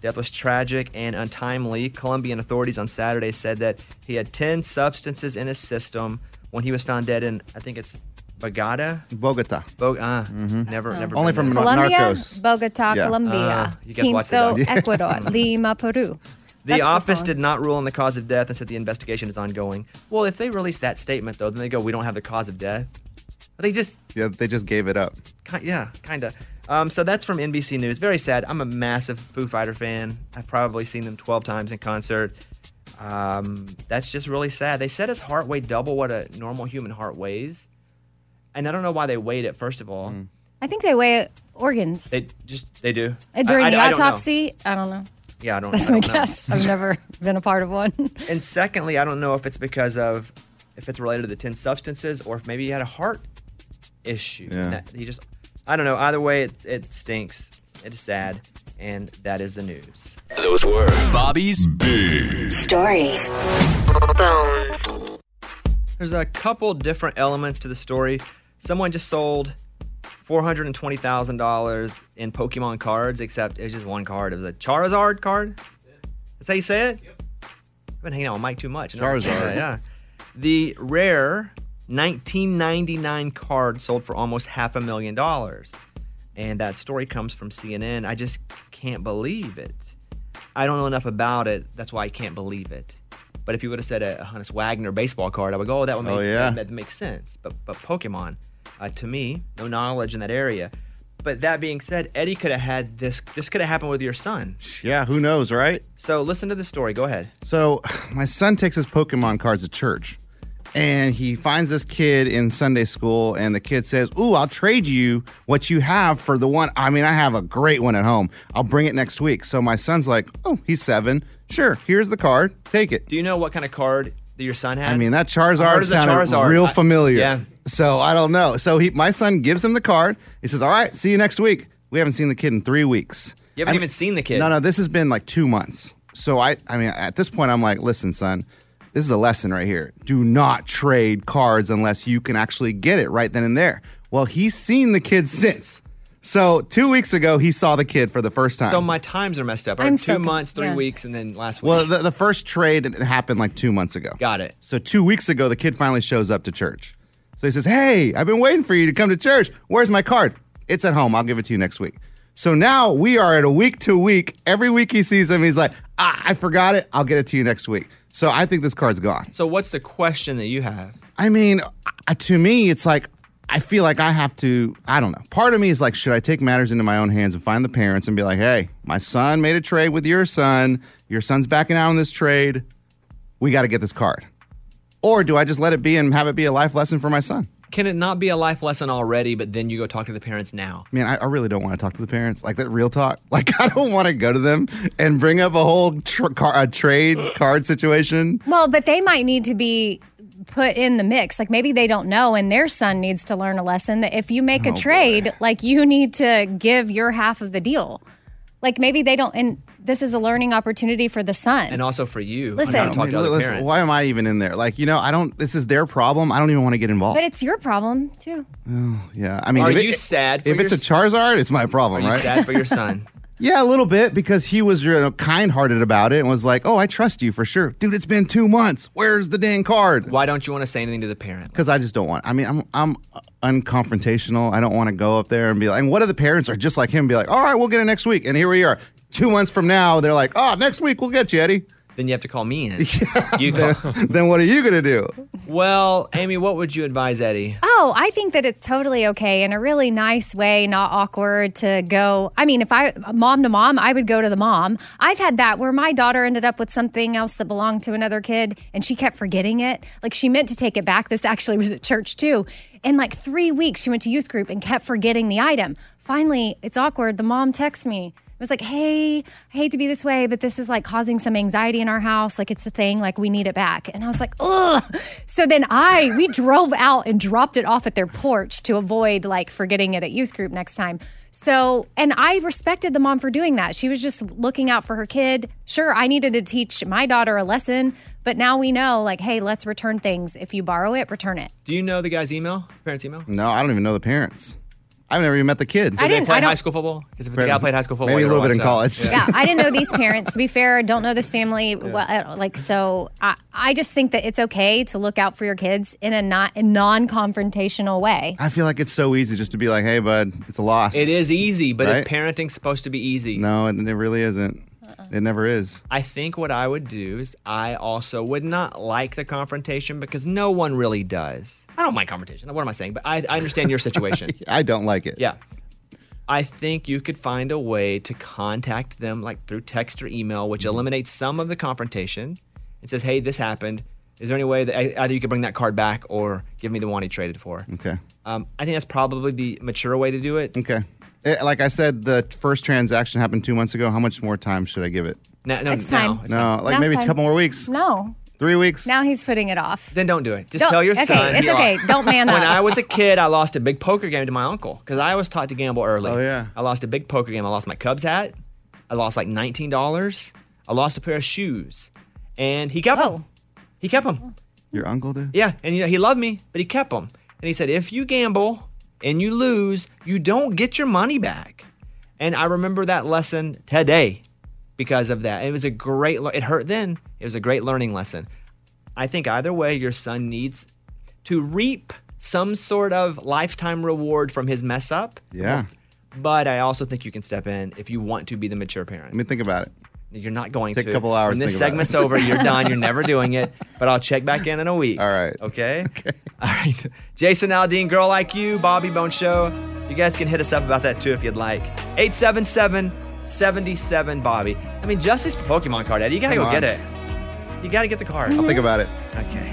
death was tragic and untimely. Colombian authorities on Saturday said that he had 10 substances in his system when he was found dead in, I think it's Bogota. Bogota. Mm-hmm. Bogota. Never, never. Only been from there. Oh. Um, Colombia, Bogota, Yeah. Colombia, Ah, you guys watch the Quito, doc. [laughs] Ecuador, Lima, Peru. The That's office song. did not rule on the cause of death and said the investigation is ongoing. Well, if they release that statement though, then they go, "We don't have the cause of death." But they just yeah, they just gave it up. Ki- yeah, kind of. Um, so that's from NBC News. Very sad. I'm a massive Foo Fighter fan. I've probably seen them 12 times in concert. Um, that's just really sad. They said his heart weighed double what a normal human heart weighs, and I don't know why they weighed it. First of all, I think they weigh organs. they just they do Uh, During I- I- the I don't know. autopsy, I don't know. yeah, I don't. That's I my don't know. [laughs] guess. I've never [laughs] been a part of one. And secondly, I don't know if it's because of if it's related to the ten substances or if maybe he had a heart issue. Yeah. That- he just, I don't know. Either way, it, it stinks. It is sad, and that is the news. Those were Bobby's Big Stories. There's a couple different elements to the story. Someone just sold four hundred and twenty thousand dollars in Pokemon cards, except it was just one card. It was a Charizard card. That's how you say it. I've been hanging out with Mike too much. Charizard. Yeah, yeah. The rare 1999 card sold for almost half a million dollars. And that story comes from CNN. I just can't believe it. I don't know enough about it. That's why I can't believe it. But if you would have said a Hannes Wagner baseball card, I would go, oh, that would make Oh, yeah. that, that makes sense. But but Pokemon, uh, to me, no knowledge in that area. But that being said, Eddie could have had this. This could have happened with your son. Yeah, who knows, right? So listen to the story. Go ahead. So my son takes his Pokemon cards to church, and he finds this kid in Sunday school, and the kid says, "Ooh, I'll trade you what you have for the one. I mean, I have a great one at home. I'll bring it next week." So my son's like, "Oh, he's seven. Sure, here's the card. Take it." Do you know what kind of card that your son had? I mean, that I heard Charizard it's a sounded Charizard. real I- familiar. yeah. So I don't know. So he, my son gives him the card. He says, "All right, see you next week." We haven't seen the kid in three weeks. You haven't I even seen the kid. No, no, this has been like two months. So I, I mean, at this point, I'm like, listen, son, this is a lesson right here. Do not trade cards unless you can actually get it right then and there. Well, he's seen the kid since. So two weeks ago, he saw the kid for the first time. So my times are messed up. I I'm heard so two con- months, three yeah. weeks, and then last week. well, the, the first trade happened like two months ago. Got it. So two weeks ago, the kid finally shows up to church. So he says, Hey, I've been waiting for you to come to church. Where's my card? It's at home. I'll give it to you next week. So now we are at a week to week. Every week he sees him, he's like, ah, I forgot it. I'll get it to you next week. So I think this card's gone. so what's the question that you have? I mean, I- to me, it's like, I feel like I have to, I don't know. Part of me is like, should I take matters into my own hands and find the parents and be like, hey, my son made a trade with your son. Your son's backing out on this trade. We got to get this card. Or do I just let it be and have it be a life lesson for my son? Can it not be a life lesson already, but then you go talk to the parents now? Man, I, I really don't want to talk to the parents. Like that real talk. [laughs] Like I don't want to go to them and [laughs] bring up a whole tr- car, a trade card situation. Well, but they might need to be put in the mix. Like maybe they don't know, and their son needs to learn a lesson that if you make Oh, a trade, like you need to give your half of the deal. Like maybe they don't, and this is a learning opportunity for the son. And also for you, Listen. I gotta talk to I mean, other listen, parents. why am I even in there? Like, you know, I don't. This is their problem. I don't even want to get involved. but it's your problem too. Oh, yeah, I mean, Are if it- you sad for if your it's a son? Charizard, it's my problem, Are you right? sad for your son? [laughs] yeah, a little bit because he was you know, kind-hearted about it and was like, "Oh, I trust you for sure, dude. It's been two months. Where's the dang card?" Why don't you want to say anything to the parent? Because I just don't want. I mean, I'm I'm unconfrontational. I don't want to go up there and be like. And what if the parents are just like him? Be like, "All right, we'll get it next week." And here we are, two months from now. They're like, "Oh, next week we'll get you, Eddie." Then you have to [laughs] call me in. You then what are you gonna do? Well, Amy, what would you advise Eddie? Oh, I think that it's totally okay in a really nice way, not awkward to go. I mean, if I mom to mom, I would go to the mom. I've had that where my daughter ended up with something else that belonged to another kid and she kept forgetting it. Like she meant to take it back. This actually was at church too. In like three weeks, she went to youth group and kept forgetting the item. Finally, it's awkward. The mom texts me. It was like, hey, I hate to be this way, but this is like causing some anxiety in our house. Like it's a thing, like we need it back. And I was like, ugh. So then I, we drove out and dropped it off at their porch to avoid like forgetting it at youth group next time. So, and I respected the mom for doing that. She was just looking out for her kid. Sure, I needed to teach my daughter a lesson, but now we know like, hey, let's return things. If you borrow it, return it. Do you know the guy's email? Parents' email? No, I don't even know the parents. I've never even met the kid. I Did they didn't- play I don't- high school football? Because if it's a guy who played high school football, maybe a you little bit in watch out. college. yeah, I didn't know these parents. To be fair, don't know this family. Well, I don't- like so, I, I just think that it's okay to look out for your kids in a not non confrontational way. I feel like it's so easy just to be like, "Hey, bud, it's a loss." It is easy, but Right? is parenting supposed to be easy? No, it, it really isn't. It never is. I think what I would do is I also would not like the confrontation because no one really does. I don't mind confrontation. What am I saying? But I, I understand your situation. [laughs] I don't like it. Yeah. I think you could find a way to contact them like through text or email, Mm-hmm. which eliminates some of the confrontation and says, hey, this happened. Is there any way that I- either you could bring that card back or give me the one he traded for? Okay. Um, I think that's probably the mature way to do it. Okay. Eh, like I said, the first transaction happened two months ago. How much more time should I give it? No, no, It's no, time. No, like Now's maybe time. a couple more weeks, No, three weeks. now he's putting it off. Then don't do it. Just Don't- tell your okay, son. it's you okay. are. Don't man When up. I was a kid, I lost a big poker game to my uncle because I was taught to gamble early. Oh yeah. I lost a big poker game. I lost my Cubs hat. I lost like nineteen dollars. I lost a pair of shoes, and he kept Oh. them. He kept them. Your uncle did. Yeah, and you know, he loved me, but he kept them. And he said, if you gamble and you lose, you don't get your money back. And I remember that lesson today because of that. It was a great. le- It hurt then. It was a great learning lesson. I think either way, your son needs to reap some sort of lifetime reward from his mess up. Yeah. But I also think you can step in if you want to be the mature parent. Let me think about it. You're not going Take a to. couple hours When to this think about segment's it. over, you're [laughs] done. You're never doing it. But I'll check back in in a week. All right. [laughs] Okay. Okay. All right. Jason Aldean, Girl Like You, Bobby Bone Show. You guys can hit us up about that too if you'd like. 877 77 Bobby. I mean, just this Pokemon card, Eddie. You got to go Come on. get it. You got to get the card. I'll think about it. Okay.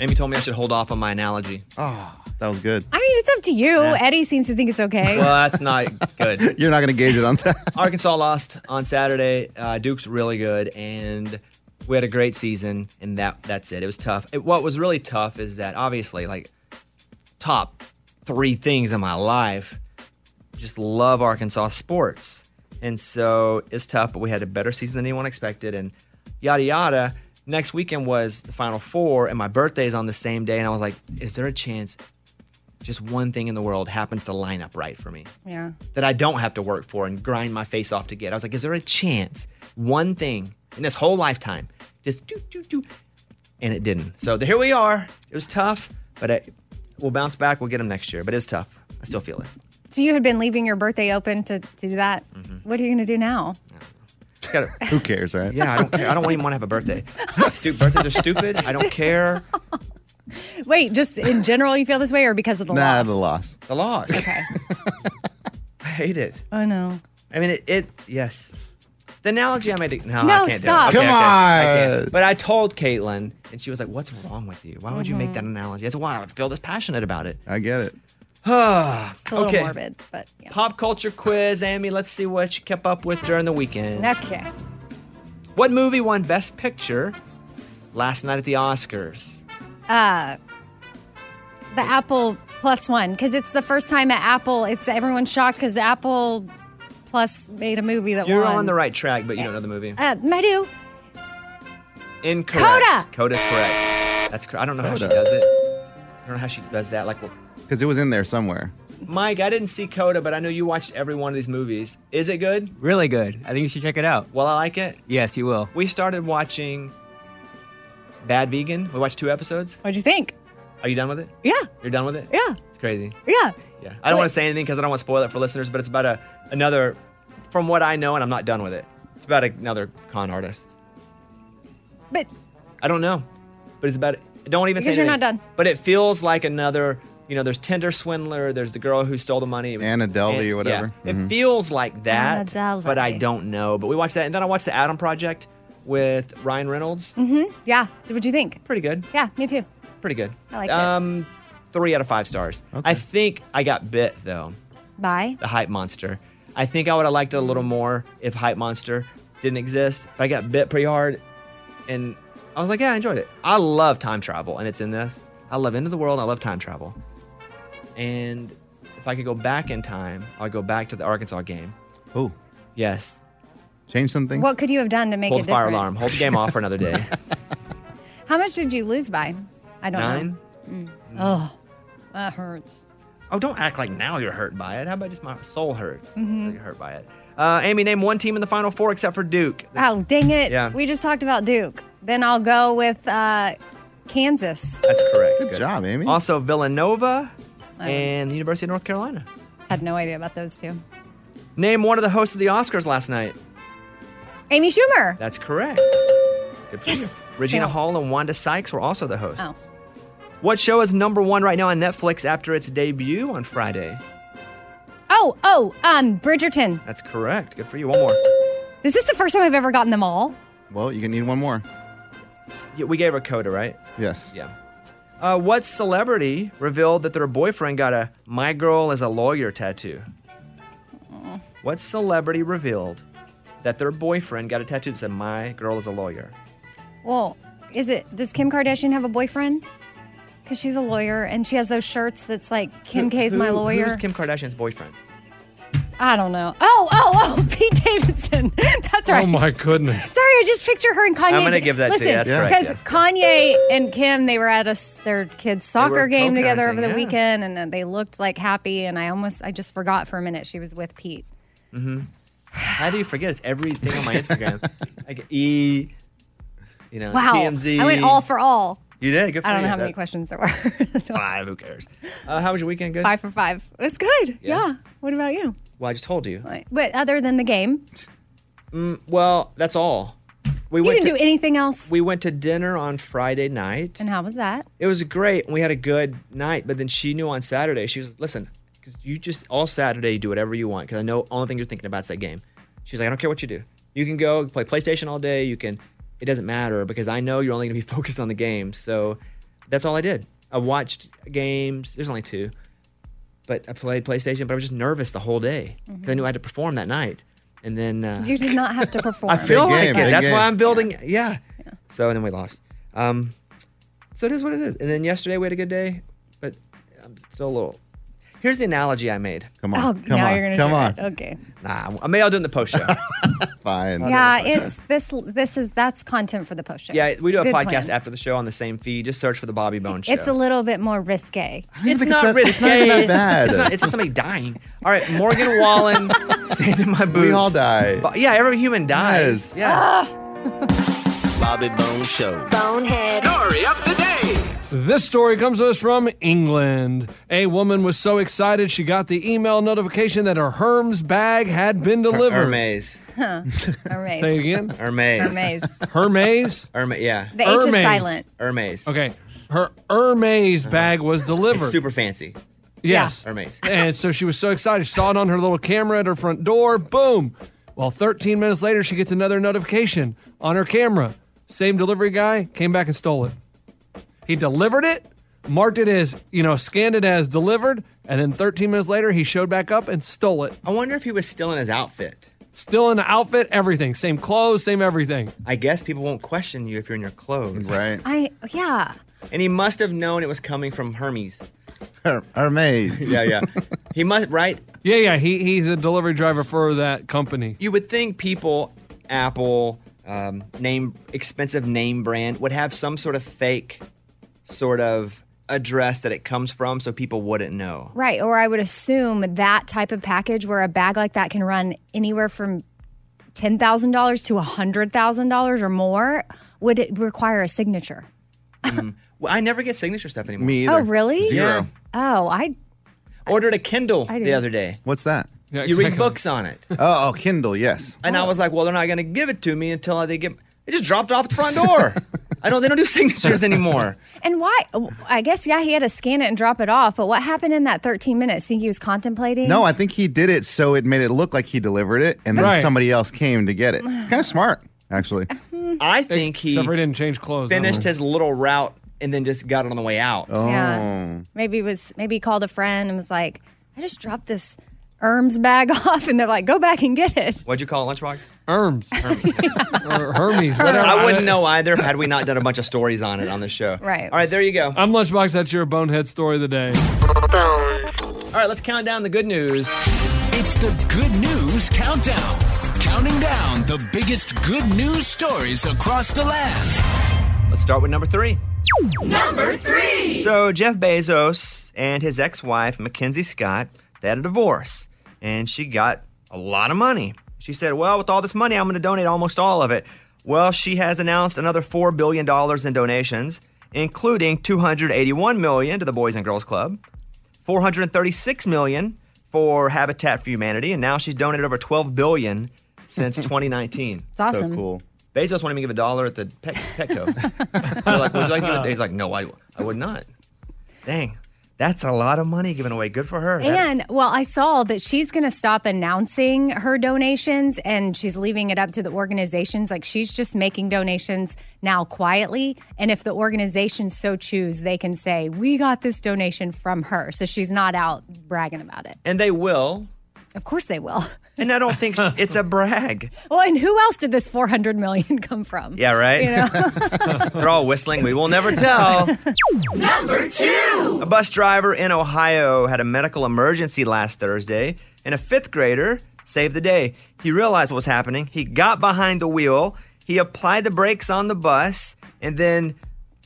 Amy told me I should hold off on my analogy. Oh, that was good. I mean, it's up to you. Eddie seems to think it's okay. Well, that's not good. [laughs] You're not going to gauge it on that. Arkansas lost on Saturday. Uh, Duke's really good, and we had a great season. And that that's it. It was tough. It- what was really tough is that obviously, like top three things in my life, just love Arkansas sports, and so it's tough. But we had a better season than anyone expected, and yada yada. Next weekend was the Final Four, and my birthday is on the same day, and I was like, "Is there a chance?" Just one thing in the world happens to line up right for me yeah. that I don't have to work for and grind my face off to get. I was like, is there a chance one thing in this whole lifetime just do do do, and it didn't. So here we are. It was tough, but it, we'll bounce back. We'll get them next year, but it's tough. I still feel it. So you had been leaving your birthday open to, to do that. Mm-hmm. What are you going to do now? Just gotta- [laughs] Who cares, right? Yeah, I don't care. I don't even want to have a [laughs] birthday. Stu- birthdays are stupid. I don't care. Wait, just in general, you feel this way, or because of the loss? loss. The loss. Okay. I hate it. Oh no. I mean, it. it yes. The analogy I made. it- No, No, I can't do it. stop. Okay, Come okay, I can't. on. But I told Caitlin, and she was like, "What's wrong with you? Why would you Mm-hmm. make that analogy?" That's why I feel this passionate about it. I [sighs] get it. It's a little morbid, but Pop culture quiz, Amy. Let's see what you Mm. kept up with during the weekend. okay. What movie won Best Picture Last night at the Oscars. Uh, the Apple Plus One because it's the first time at Apple. It's everyone's shocked because Apple Plus made a movie that You're won. on the right track, but you don't know the movie. Uh, I do. Incorrect. Coda! Coda's correct. That's cor- I don't know how she Coda. does it. I don't know how she does that. Like, well, Because it was in there somewhere. Mike, I didn't see Coda, but I know you watched every one of these movies. Is it good? Really good. I think you should check it out. Well, I like it. Yes, you will. We started watching Bad Vegan. We watched two episodes. What'd you think? Are you done with it? Yeah. You're done with it? Yeah. It's crazy. Yeah. Yeah. I don't want to say anything because I don't want to spoil it for listeners, but it's about a another, from what I know, and I'm not done with it. It's about another con artist. But- I don't know, but it's about. Don't even say. Because you're anything. not done. But it feels like another. You know, there's Tinder swindler. There's the girl who stole the money. It was- Anna Delvey and- or whatever. yeah. Mhm. It feels like that, Anna but I Delvey. don't know. But we watched that, and then I watched the Adam Project with Ryan Reynolds. Mm-hmm. Yeah. What'd you think? Pretty good. Yeah, me too. Pretty good. I liked it. um, three out of five stars. I think I got bit though Bye. the hype monster. I think I would have liked it a little more if hype monster didn't exist. But I got bit pretty hard, and I was like, yeah, I enjoyed it. I love time travel, and it's in this. I love End of the World. and I love time travel. And if I could go back in time, I'd go back to the Arkansas game. Oh, yes. Change some things. What could you have done to make Hold it the fire different? alarm. Hold the game off for another [laughs] day. How much did you lose by? I don't Nine. know. Mm. Oh, that hurts. Oh, don't act like now you're hurt by it. How about just my soul hurts? Mhm. You're hurt by it. Uh, Amy, name one team in the Final Four except for Duke. Oh, dang it. Yeah. We just talked about Duke. Then I'll go with uh, Kansas. That's correct. Good, job, Amy. Also, Villanova I and the University of North Carolina. had no idea about those two. Name one of the hosts of the Oscars last night. Amy Schumer. That's correct. Good for Yes. you. Regina Sam. Hall and Wanda Sykes were also the hosts. Oh. What show is number one right now on Netflix after its debut on Friday? Oh, oh, um, Bridgerton. That's correct. Good for you. One more. Is this the first time I've ever gotten them all? Well, you can need one more. Yeah, we gave her Coda, right? Yes. Yeah. Uh, what celebrity revealed that their boyfriend got a "My girl is a lawyer" tattoo? What celebrity revealed that their boyfriend got a tattoo that said "My girl is a lawyer"? Well, is it? Does Kim Kardashian have a boyfriend? Because she's a lawyer and she has those shirts that's like Kim Who- K's my who- lawyer. Who's Kim Kardashian's boyfriend? I don't know. Oh, oh, oh, [laughs] Pete Davidson. [laughs] That's right. Oh my goodness. Sorry, I just picture her and Kanye. I'm gonna give that to you. Listen, That's correct, Because Kanye and Kim, they were at us their kids' soccer game together over co-parenting, the yeah. weekend, and uh, they looked like happy. And I almost, I just forgot for a minute she was with Pete. [laughs] Mm-hmm. How do you forget? It's everything [laughs] on my Instagram. like E, you know, wow, TMZ. I went all for all. You did. Good for I don't you. know how many That- questions there [laughs] were. Five. Who cares? Uh, how was your weekend? Good. Five for five. It was good. Yeah. What about you? Well, I just told you. But other than the game, Mm, well, that's all. We you went didn't to, do anything else. We went to dinner on Friday night. And how was that? It was great. and We had a good night, but then she knew on Saturday. She was listen, because you just all Saturday you do whatever you want. Because I know only thing you're thinking about is that game. She's like, I don't care what you do. You can go play PlayStation all day. You can. It doesn't matter because I know you're only going to be [laughs] focused on the game. So that's all I did. I watched games. There's only two, but I played PlayStation. But I was just nervous the whole day because I knew I had to perform that night. And then uh, You Mm-hmm. did not have to [laughs] perform. I feel like it. That's why I'm building. building. Yeah. So and then we lost. Um, so it is what it is. And then yesterday we had a good day, but I'm still a little. Here's the analogy I made. Come Oh, now you're gonna do it. [laughs] Okay. Nah, I may I'll do it in the post show. [laughs] Fine. Yeah, it's this. This is that's content for the post show. [laughs] Yeah, we do a Good podcast plan. after the show on the same feed. Just search for the Bobby Bone Show. It's a little bit more risque. It's not risky. it's not even that bad. It's, not- it's just somebody dying. All right, Morgan [laughs] Wallen, sand in my boots. We all die. Bo- yeah, every human dies. Yes. Bobby Bone Show. Bonehead. Story of the day. This story comes to us from England. A woman was so excited she got the email notification that her Hermes bag had been delivered. Hermes. [laughs] Huh. Hermes. Say it again. Hermes. Hermes. Hermes. Hermes. Yeah. The H is silent. Hermes. Okay. Her Hermes bag was delivered. Uh-huh. It's super fancy. Yes. Hermes. And so she was so excited. She saw it on her little camera at her front door. Boom. Well, 13 minutes later, she gets another notification on her camera. Same delivery guy came back and stole it. He delivered it, marked it as, you know, scanned it as delivered. And then 13 minutes later, he showed back up and stole it. I wonder if he was still in his outfit. Still in the outfit, everything. Same clothes, same everything. I guess people won't question you if you're in your clothes. Right. I yeah. And he must have known it was coming from Hermes. Her- Hermes. [laughs] yeah, yeah. He must, right? Yeah, yeah. He, he's a delivery driver for that company. You would think people, Apple, um, name expensive name brand would have some sort of fake, sort of address that it comes from, so people wouldn't know. Right. Or I would assume that type of package where a bag like that can run anywhere from $10,000 to $100,000 or more would it require a signature. Well, I never get signature stuff anymore. Me Oh, really? Yeah. Oh, I Ordered a Kindle I the didn't- other day. What's that? you read books on it. Oh, oh, Kindle, yes. And I was like, well, they're not going to give it to me until they get. They just dropped off at the front door. I don't. They don't do signatures anymore. And why? I guess yeah, he had to scan it and drop it off. But what happened in that 13 minutes? Think he was contemplating? No, I think he did it so it made it look like he delivered it, and then Right. somebody else came to get it. It's kind of smart, [laughs] actually. I think he Except for he didn't change clothes. that finished one. his little route and then just got it on the way out. Yeah. maybe it was maybe he called a friend and was like, "I just dropped this Erms bag [laughs] off," and they're like, "Go back and get it." What'd you call it, Lunchbox? Hermes. or Hermes. Whatever. I wouldn't know either had we not done a bunch of stories on it on the show. Right. All right, there you go. I'm Lunchbox. That's your bonehead story of the day. All right, let's count down the good news. It's the Good News Countdown. Counting down the biggest good news stories across the land. Let's start with number three. Number three. So Jeff Bezos and his ex-wife Mackenzie Scott they had a divorce, and she got a lot of money. She said, "Well, with all this money, I'm going to donate almost all of it." Well, she has announced another four billion dollars in donations, including 281 million to the Boys and Girls Club, 436 million for Habitat for Humanity, and now she's donated over 12 billion [laughs] since 2019. It's awesome. So cool. Bezos won't even give a dollar at the pet, Petco. They're like, would you like to give it?" He's like, no, I, I would not. Dang, that's a lot of money given away. Good for her. That- And well, I saw that she's going to stop announcing her donations and she's leaving it up to the organizations. Like she's just making donations now quietly. And if the organizations so choose, they can say, We got this donation from her. So she's not out bragging about it. and they will. Of course they will. [laughs] And I don't think it's a brag. Well, and who else did this 400 million come from? Yeah, right? You know? They're all whistling. We will never tell. [laughs] [laughs] Number two. A bus driver in Ohio had a medical emergency last Thursday, and a fifth grader saved the day. He realized what was happening. He got behind the wheel, he applied the brakes on the bus, and then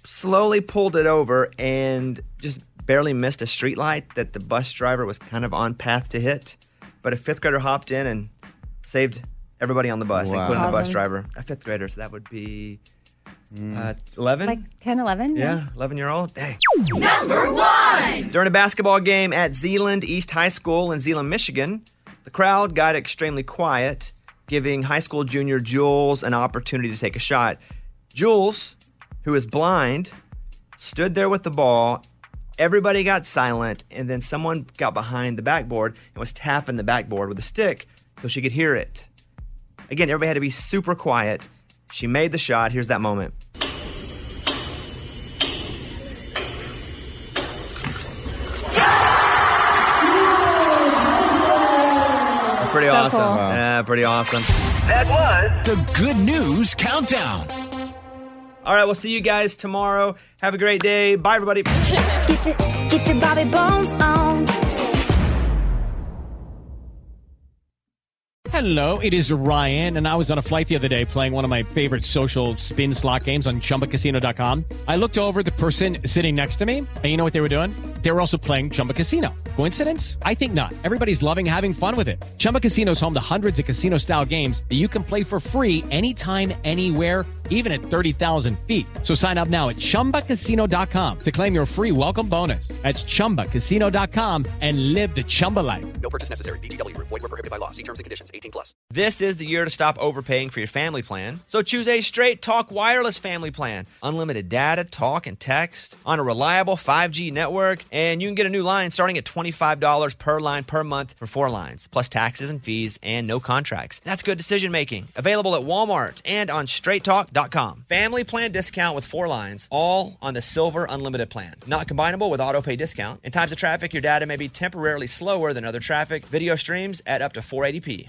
slowly pulled it over and just barely missed a streetlight that the bus driver was kind of on path to hit. But a fifth grader hopped in and saved everybody on the bus, Wow. including the bus Awesome. driver. A fifth grader, so that would be uh, 11? like 10, 11? yeah, 11 year old. Dang. Number one. During a basketball game at Zeeland East High School in Zeeland, Michigan, the crowd got extremely quiet, giving high school junior Jules an opportunity to take a shot. Jules, who is blind, stood there with the ball. Everybody got silent, and then someone got behind the backboard and was tapping the backboard with a stick so she could hear it. Again, everybody had to be super quiet. She made the shot. Here's that moment. Pretty So awesome. cool. Wow. Yeah, pretty awesome. That was the Good News Countdown. All right, we'll see you guys tomorrow. Have a great day. Bye, everybody. Get your, get your Bobby Bones on. Hello, it is Ryan, and I was on a flight the other day playing one of my favorite social spin slot games on chumbacasino.com. I looked over at the person sitting next to me, and you know what they were doing? They were also playing Chumba Casino. Coincidence? I think not. Everybody's loving having fun with it. Chumba Casino is home to hundreds of casino style games that you can play for free anytime, anywhere, even at 30,000 feet. So sign up now at chumbacasino.com to claim your free welcome bonus. That's chumbacasino.com and live the Chumba life. No purchase necessary. VGW Group. Void were prohibited by law. See terms and conditions. 18 plus. This is the year to stop overpaying for your family plan. So choose a straight talk wireless family plan. Unlimited data, talk, and text on a reliable 5G network. And you can get a new line starting at $25 per line per month for four lines, plus taxes and fees and no contracts. That's good decision making. Available at Walmart and on straighttalk.com. Family plan discount with four lines, all on the Silver Unlimited plan. Not combinable with auto pay discount. In times of traffic, your data may be temporarily slower than other traffic. Video streams at up to 480p.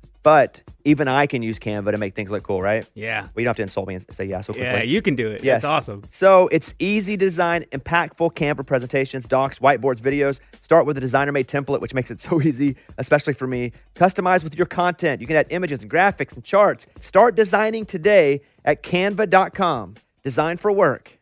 But even I can use Canva to make things look cool, right? Yeah. Well, you don't have to insult me and say yeah so quickly. Yeah, you can do it. Yes. It's awesome. So it's easy design, impactful Canva presentations, docs, whiteboards, videos. Start with a designer made template, which makes it [laughs] so easy, especially for me. Customize with your content. You can add images and graphics and charts. Start designing today at canva.com. Design for work.